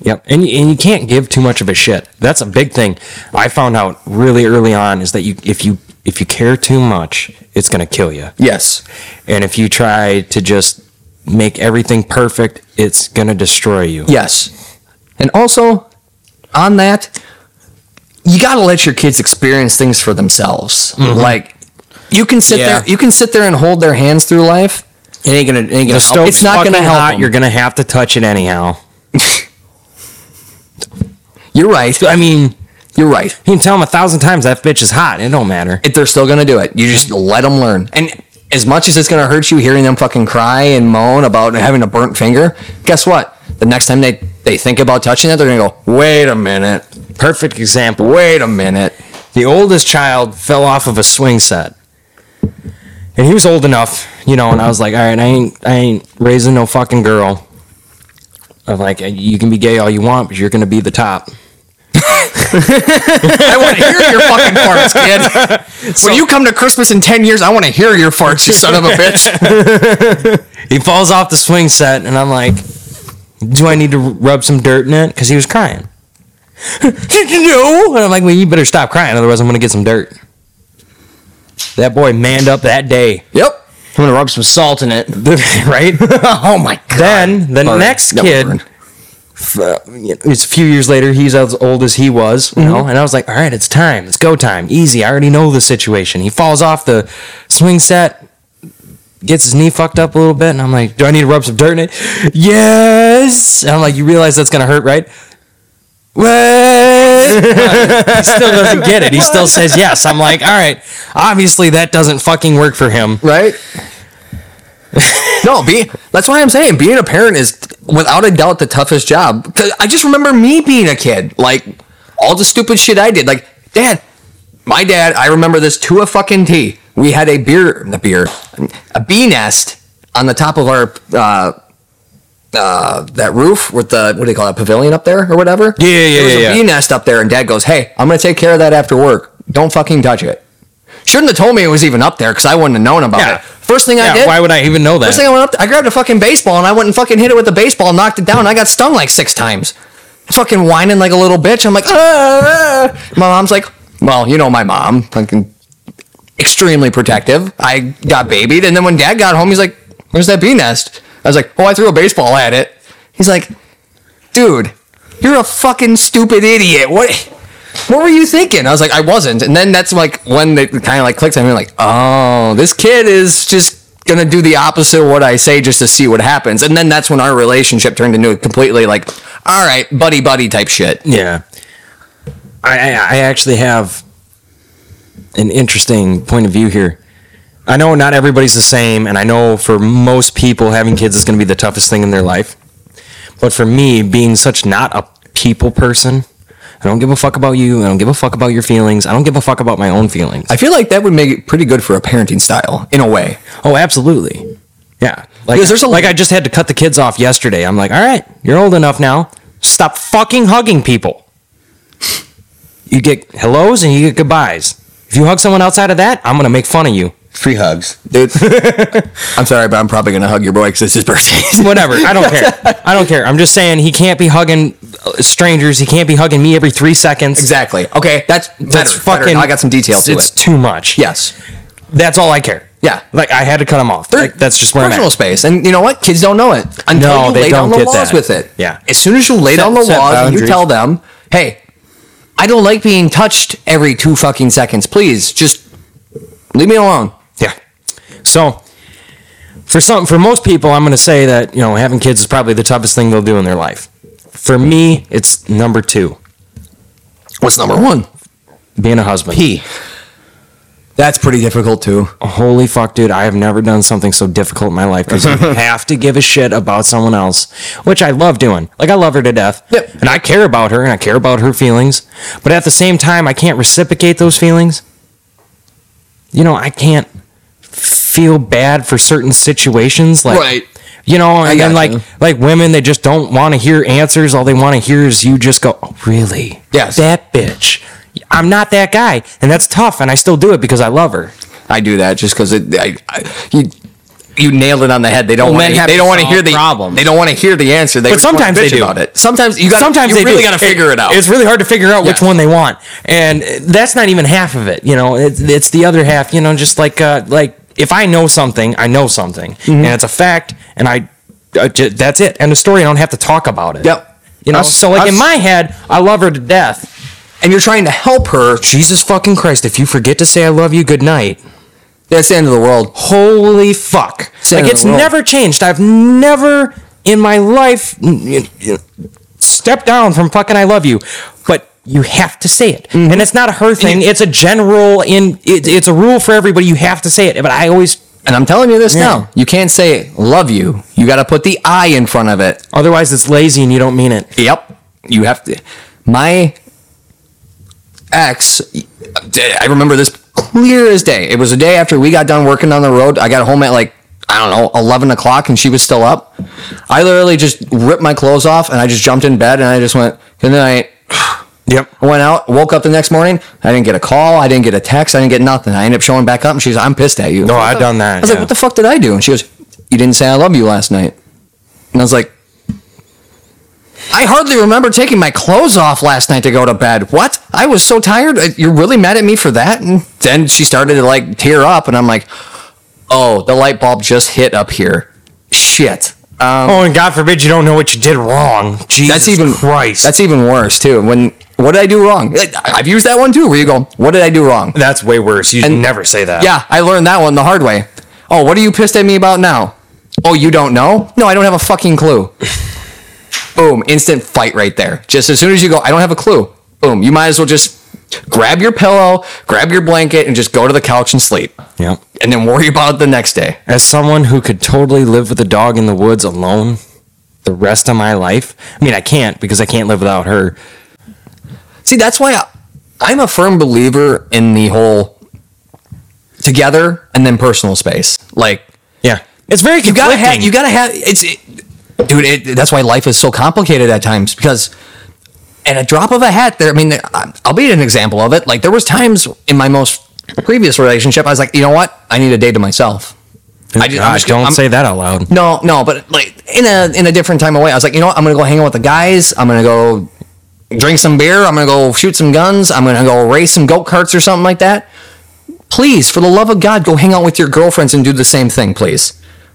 [SPEAKER 1] Yep. And you, and you can't give too much of a shit. That's a big thing I found out really early on is that you if you if you care too much, it's going to kill you.
[SPEAKER 2] Yes.
[SPEAKER 1] And if you try to just make everything perfect, it's going to destroy you.
[SPEAKER 2] Yes. And also, on that, you got to let your kids experience things for themselves. Like, you can sit
[SPEAKER 1] Mm-hmm. Yeah.
[SPEAKER 2] there, you can sit there and hold their hands through life. It ain't gonna, it ain't
[SPEAKER 1] The
[SPEAKER 2] gonna
[SPEAKER 1] stove's
[SPEAKER 2] help. It's not gonna
[SPEAKER 1] fucking
[SPEAKER 2] help.
[SPEAKER 1] hot,
[SPEAKER 2] 'em.
[SPEAKER 1] You're going to have to touch it anyhow.
[SPEAKER 2] You're right.
[SPEAKER 1] I mean,
[SPEAKER 2] You're right.
[SPEAKER 1] you can tell them a thousand times that bitch is hot. It don't matter.
[SPEAKER 2] If they're still gonna do it, you just let them learn. And as much as it's gonna hurt you hearing them fucking cry and moan about having a burnt finger, guess what? The next time they they think about touching it, they're gonna go, "Wait a minute,
[SPEAKER 1] Perfect example.
[SPEAKER 2] wait a minute."
[SPEAKER 1] The oldest child fell off of a swing set. And he was old enough, you know, and I was like, all right, I ain't, I ain't raising no fucking girl. I'm like, you can be gay all you want, but you're going to be the top.
[SPEAKER 2] I want to hear your fucking farts, kid. when you come to Christmas in 10 years, I want to hear your farts, you son of a bitch.
[SPEAKER 1] He falls off the swing set, and I'm like, do I need to rub some dirt in it? Because he was crying. no. And I'm like, well, you better stop crying, otherwise I'm going to get some dirt. That boy manned up that day.
[SPEAKER 2] Yep.
[SPEAKER 4] I'm gonna rub some salt in it.
[SPEAKER 1] right?
[SPEAKER 2] Oh my god.
[SPEAKER 1] then the next
[SPEAKER 2] That
[SPEAKER 1] kid,
[SPEAKER 2] burn.
[SPEAKER 1] f- uh, you know, it's a few years later. He's as old as he was, you know. And I was like, all right, it's time. It's go time. Easy. I already know the situation. He falls off the swing set, gets his knee fucked up a little bit, and I'm like, do I need to rub some dirt in it? Yes. And I'm like, you realize that's gonna hurt, right? What? he still doesn't get it. He still says yes. I'm like, all right. Obviously, that doesn't fucking work for him.
[SPEAKER 2] Right? no, be that's why I'm saying being a parent is without a doubt the toughest job. 'Cause I just remember me being a kid, like all the stupid shit I did. Like, Dad, my dad, I remember this to a fucking T. We had a beer, the beer, a bee nest on the top of our uh, uh, that roof with the what do they call it, pavilion up there or whatever.
[SPEAKER 1] Yeah, yeah,
[SPEAKER 2] There was
[SPEAKER 1] yeah,
[SPEAKER 2] a
[SPEAKER 1] yeah.
[SPEAKER 2] bee nest up there, and Dad goes, "Hey, I'm gonna take care of that after work. Don't fucking touch it." Shouldn't have told me it was even up there because I wouldn't have known about
[SPEAKER 1] Yeah.
[SPEAKER 2] it. First thing I
[SPEAKER 1] Yeah,
[SPEAKER 2] did,
[SPEAKER 1] why would I even know that?
[SPEAKER 2] First thing I went up, I grabbed a fucking baseball and I went and fucking hit it with a baseball, knocked it down. I got stung like six times. Fucking whining like a little bitch. I'm like, ah. ah." my mom's like, well, you know my mom, fucking extremely protective. I got babied, and then when Dad got home, he's like, "Where's that bee nest?" I was like, "Oh, I threw a baseball at it." He's like, "Dude, you're a fucking stupid idiot. What?" What were you thinking? I was like, I wasn't. And then that's like when they kind of like clicked on me, like, oh, this kid is just gonna do the opposite of what I say just to see what happens. And then that's when our relationship turned into a completely like, all right, buddy, buddy type shit.
[SPEAKER 1] Yeah. I, I, I actually have an interesting point of view here. I know not everybody's the same, and I know for most people, having kids is going to be the toughest thing in their life. But for me, being such not a people person, I don't give a fuck about you. I don't give a fuck about your feelings. I don't give a fuck about my own feelings.
[SPEAKER 2] I feel like that would make it pretty good for a parenting style in a way.
[SPEAKER 1] Oh, absolutely. Yeah. Like,
[SPEAKER 2] Because there's a-
[SPEAKER 1] like I just had to cut the kids off yesterday. I'm like, all right, you're old enough now. Stop fucking hugging people. You get hellos and you get goodbyes. If you hug someone outside of that, I'm going to make fun of you.
[SPEAKER 4] Free hugs.
[SPEAKER 2] Dude, I'm sorry, but I'm probably gonna hug your boy because it's his birthday.
[SPEAKER 1] Whatever. I don't care. I don't care. I'm just saying he can't be hugging uh, strangers. He can't be hugging me every three seconds.
[SPEAKER 2] exactly. Okay, that's better,
[SPEAKER 1] That's fucking.
[SPEAKER 2] Better. Now I got some detail to
[SPEAKER 1] It's
[SPEAKER 2] it.
[SPEAKER 1] too much.
[SPEAKER 2] Yes.
[SPEAKER 1] That's all I care.
[SPEAKER 2] Yeah.
[SPEAKER 1] Like I had to cut him off. Like, that's just where I'm at.
[SPEAKER 2] personal space. And you know what? Kids don't know it until
[SPEAKER 1] No,
[SPEAKER 2] you
[SPEAKER 1] they
[SPEAKER 2] lay down
[SPEAKER 1] don't
[SPEAKER 2] the
[SPEAKER 1] get
[SPEAKER 2] laws
[SPEAKER 1] that.
[SPEAKER 2] with it.
[SPEAKER 1] Yeah.
[SPEAKER 2] As soon as you lay
[SPEAKER 4] Set-
[SPEAKER 2] down the
[SPEAKER 4] set
[SPEAKER 2] laws and you
[SPEAKER 4] boundaries.
[SPEAKER 2] tell them, "Hey, I don't like being touched every two fucking seconds. Please, just leave me alone."
[SPEAKER 1] Yeah. So for some for most people I'm going to say that, you know, having kids is probably the toughest thing they'll do in their life. For me, it's number 2,
[SPEAKER 2] What's number one?
[SPEAKER 1] being a husband.
[SPEAKER 2] P. That's pretty difficult too.
[SPEAKER 1] Holy fuck, dude, I have never done something so difficult in my life cuz you have to give a shit about someone else, which I love doing. Like I love her to death.
[SPEAKER 2] Yep.
[SPEAKER 1] And I care about her and I care about her feelings, but at the same time I can't reciprocate those feelings. You know, I can't feel bad for certain situations like You know, and then like
[SPEAKER 2] gotcha.
[SPEAKER 1] like women, they just don't want to hear answers. All they want to hear is you just go, oh, "Really?
[SPEAKER 2] Yes.
[SPEAKER 1] that bitch." I'm not that guy, and that's tough. And I still do it because I love her.
[SPEAKER 2] I do that just because it. I, I, you, you nailed it on the head. They don't.
[SPEAKER 4] Well,
[SPEAKER 2] want
[SPEAKER 4] men
[SPEAKER 2] to.
[SPEAKER 4] have
[SPEAKER 2] They
[SPEAKER 4] to
[SPEAKER 2] don't want to
[SPEAKER 4] solve
[SPEAKER 2] hear the
[SPEAKER 4] problems.
[SPEAKER 2] They don't want to hear the answer. They
[SPEAKER 1] But
[SPEAKER 2] just wanna
[SPEAKER 1] sometimes they
[SPEAKER 2] bitch
[SPEAKER 1] do.
[SPEAKER 2] About it. Sometimes you got.
[SPEAKER 1] Sometimes
[SPEAKER 2] you
[SPEAKER 1] they
[SPEAKER 2] really
[SPEAKER 1] do.
[SPEAKER 2] got to figure it out.
[SPEAKER 1] It's really hard to figure out which
[SPEAKER 2] Yeah.
[SPEAKER 1] one they want, and uh, that's not even half of it. You know, it's, it's the other half. You know, just like uh, like if I know something, I know something,
[SPEAKER 2] Mm-hmm.
[SPEAKER 1] and it's a fact, and I uh, j- that's it. End of story. I don't have to talk about it.
[SPEAKER 2] Yep.
[SPEAKER 1] You know,
[SPEAKER 2] Us-
[SPEAKER 1] so like in
[SPEAKER 2] us-
[SPEAKER 1] my head, I love her to death.
[SPEAKER 2] and you're trying to help her.
[SPEAKER 1] Jesus fucking Christ, if you forget to say I love you, good night.
[SPEAKER 2] That's the end of the world.
[SPEAKER 1] Holy fuck.
[SPEAKER 2] the end
[SPEAKER 1] like
[SPEAKER 2] of
[SPEAKER 1] it's
[SPEAKER 2] the world.
[SPEAKER 1] never changed. I've never in my life n- n- n- stepped down from fucking I love you. But you have to say it. And it's not a her thing. It's a general in it, it's a rule for everybody. You have to say it. But I always
[SPEAKER 2] And I'm telling you this now. You can't say love you. You got to put the I in front of it.
[SPEAKER 1] otherwise it's lazy and you don't mean it.
[SPEAKER 2] Yep. You have to. My ex
[SPEAKER 4] I remember this clear as day. It was a day after we got done working on the road. I got home at like I don't know eleven o'clock, and she was still up. I literally just ripped my clothes off, and I just jumped in bed, and I just went good night.
[SPEAKER 1] Yep.
[SPEAKER 4] I went out, woke up the next morning. I didn't get a call. I didn't get a text. I didn't get nothing. I ended up showing back up, and she's, I'm pissed at you.
[SPEAKER 1] No,
[SPEAKER 4] What
[SPEAKER 1] Oh, I've
[SPEAKER 4] the-
[SPEAKER 1] done that,
[SPEAKER 4] I was
[SPEAKER 1] yeah.
[SPEAKER 4] like, oh. what the fuck did I do? And she goes, you didn't say I love you last night. And I was like, I hardly remember taking my clothes off last night to go to bed. What? I was so tired. Uh, You're really mad at me for that? And then she started to like tear up, and I'm like, oh, the light bulb just hit up here. Shit.
[SPEAKER 1] oh, and God forbid you don't know what you did wrong. Jesus
[SPEAKER 4] that's even
[SPEAKER 1] Christ.
[SPEAKER 4] That's even worse too. When what did I do wrong? Like, I've used that one too. Where you go? What did I do wrong?
[SPEAKER 1] that's way worse. You
[SPEAKER 4] And-
[SPEAKER 1] never say that.
[SPEAKER 4] Yeah, I learned that one the hard way. Oh, what are you pissed at me about now? Oh, you don't know? No, I don't have a fucking clue. Boom, instant fight right there. Just as soon as you go, I don't have a clue. Boom, you might as well just grab your pillow, grab your blanket, and just go to the couch and sleep,
[SPEAKER 1] Yep.
[SPEAKER 4] and then worry about it the next day.
[SPEAKER 1] As someone who could totally live with a dog in the woods alone the rest of my life, I mean, I can't because I can't live without her.
[SPEAKER 4] See, that's why I, I'm a firm believer in the whole together and then personal space. Like
[SPEAKER 1] Yeah. It's very
[SPEAKER 4] you gotta have
[SPEAKER 1] conflicting.
[SPEAKER 4] you gotta have it's it, dude it, that's why life is so complicated at times because at a drop of a hat there i mean there, I- i'll be an example of it like there was times in my most previous relationship i was like you know what i need a day to myself
[SPEAKER 1] Oh,
[SPEAKER 4] I ju- I'm
[SPEAKER 1] gosh,
[SPEAKER 4] just gonna-
[SPEAKER 1] don't
[SPEAKER 4] I'm-
[SPEAKER 1] say that out loud.
[SPEAKER 4] no no but like in a in a different time away i was like you know what i'm gonna go hang out with the guys i'm gonna go drink some beer i'm gonna go shoot some guns i'm gonna go race some go-karts or something like that please for the love of god go hang out with your girlfriends and do the same thing please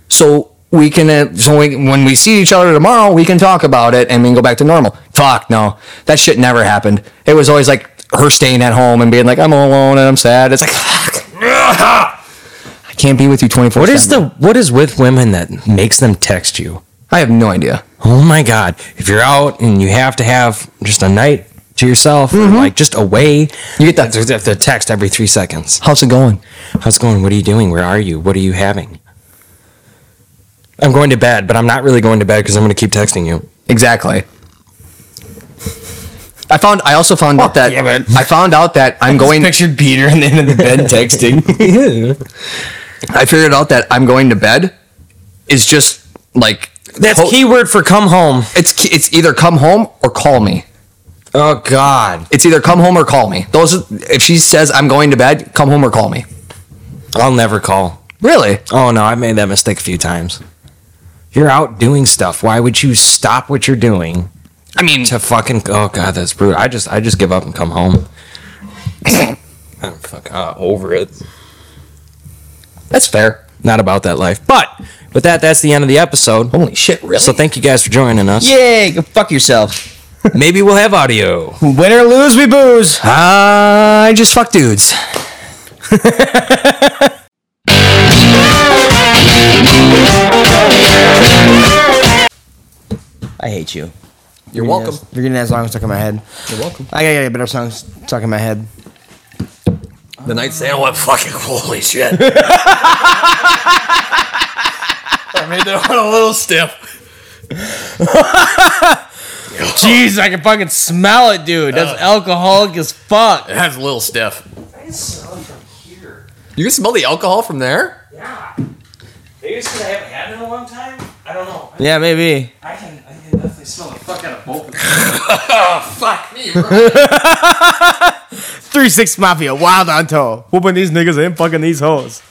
[SPEAKER 4] so we can uh, so we, when we see each other tomorrow we can talk about it and we can go back to normal fuck no that shit never happened it was always like her staying at home and being like i'm all alone and i'm sad it's like fuck. i can't be with you 24
[SPEAKER 1] What is the what is with women that makes them text you?
[SPEAKER 4] i have no idea
[SPEAKER 1] Oh my god. If you're out and you have to have just a night to yourself, or, like just away,
[SPEAKER 4] you get that
[SPEAKER 1] Mm-hmm. you have to text every three seconds.
[SPEAKER 4] how's it going
[SPEAKER 1] How's it going? What are you doing? Where are you? What are you having? I'm going to bed, but I'm not really going to bed because I'm going to keep texting you.
[SPEAKER 4] Exactly. I found. I also found out that I found out that I'm going.
[SPEAKER 7] Pictured Peter in the end of the bed texting.
[SPEAKER 4] I figured out that I'm going to bed is just like
[SPEAKER 1] That's
[SPEAKER 4] co-
[SPEAKER 1] keyword for come home.
[SPEAKER 4] It's it's either come home or call me.
[SPEAKER 1] Oh God!
[SPEAKER 4] It's either come home or call me. Those are, if she says I'm going to bed, come home or call me.
[SPEAKER 1] I'll never call.
[SPEAKER 4] Really?
[SPEAKER 1] Oh no, I made that mistake a few times. You're out doing stuff. Why would you stop what you're doing
[SPEAKER 4] I mean,
[SPEAKER 1] to fucking? Oh God, that's brutal. I just, I just give up and come home. I'm fuck uh, over it.
[SPEAKER 4] that's fair.
[SPEAKER 1] Not about that life. But with that, that's the end of the episode.
[SPEAKER 4] Holy shit! Really?
[SPEAKER 1] So thank you guys for joining us.
[SPEAKER 7] Yay! Go fuck yourself.
[SPEAKER 1] Maybe we'll have audio.
[SPEAKER 7] Win or lose, we booze.
[SPEAKER 4] I just fuck dudes.
[SPEAKER 7] I hate you.
[SPEAKER 4] You're
[SPEAKER 7] You're gonna
[SPEAKER 4] welcome.
[SPEAKER 7] have- You're getting that song stuck in my head. You're welcome. I gotta get a better song stuck in my head.
[SPEAKER 4] The night sale went fucking holy shit. I made that one a little stiff.
[SPEAKER 11] Jeez, I can fucking smell it, dude. That's alcoholic as fuck.
[SPEAKER 4] That's a little stiff. You can smell the alcohol from there?
[SPEAKER 6] Maybe it's because I haven't had it in a long time. I don't know.
[SPEAKER 7] Yeah, maybe.
[SPEAKER 6] I can, I can definitely smell the fuck out of both. of them.
[SPEAKER 4] Fuck me.
[SPEAKER 11] Three Six Mafia, wild on toe. Whooping these niggas and fucking these hoes.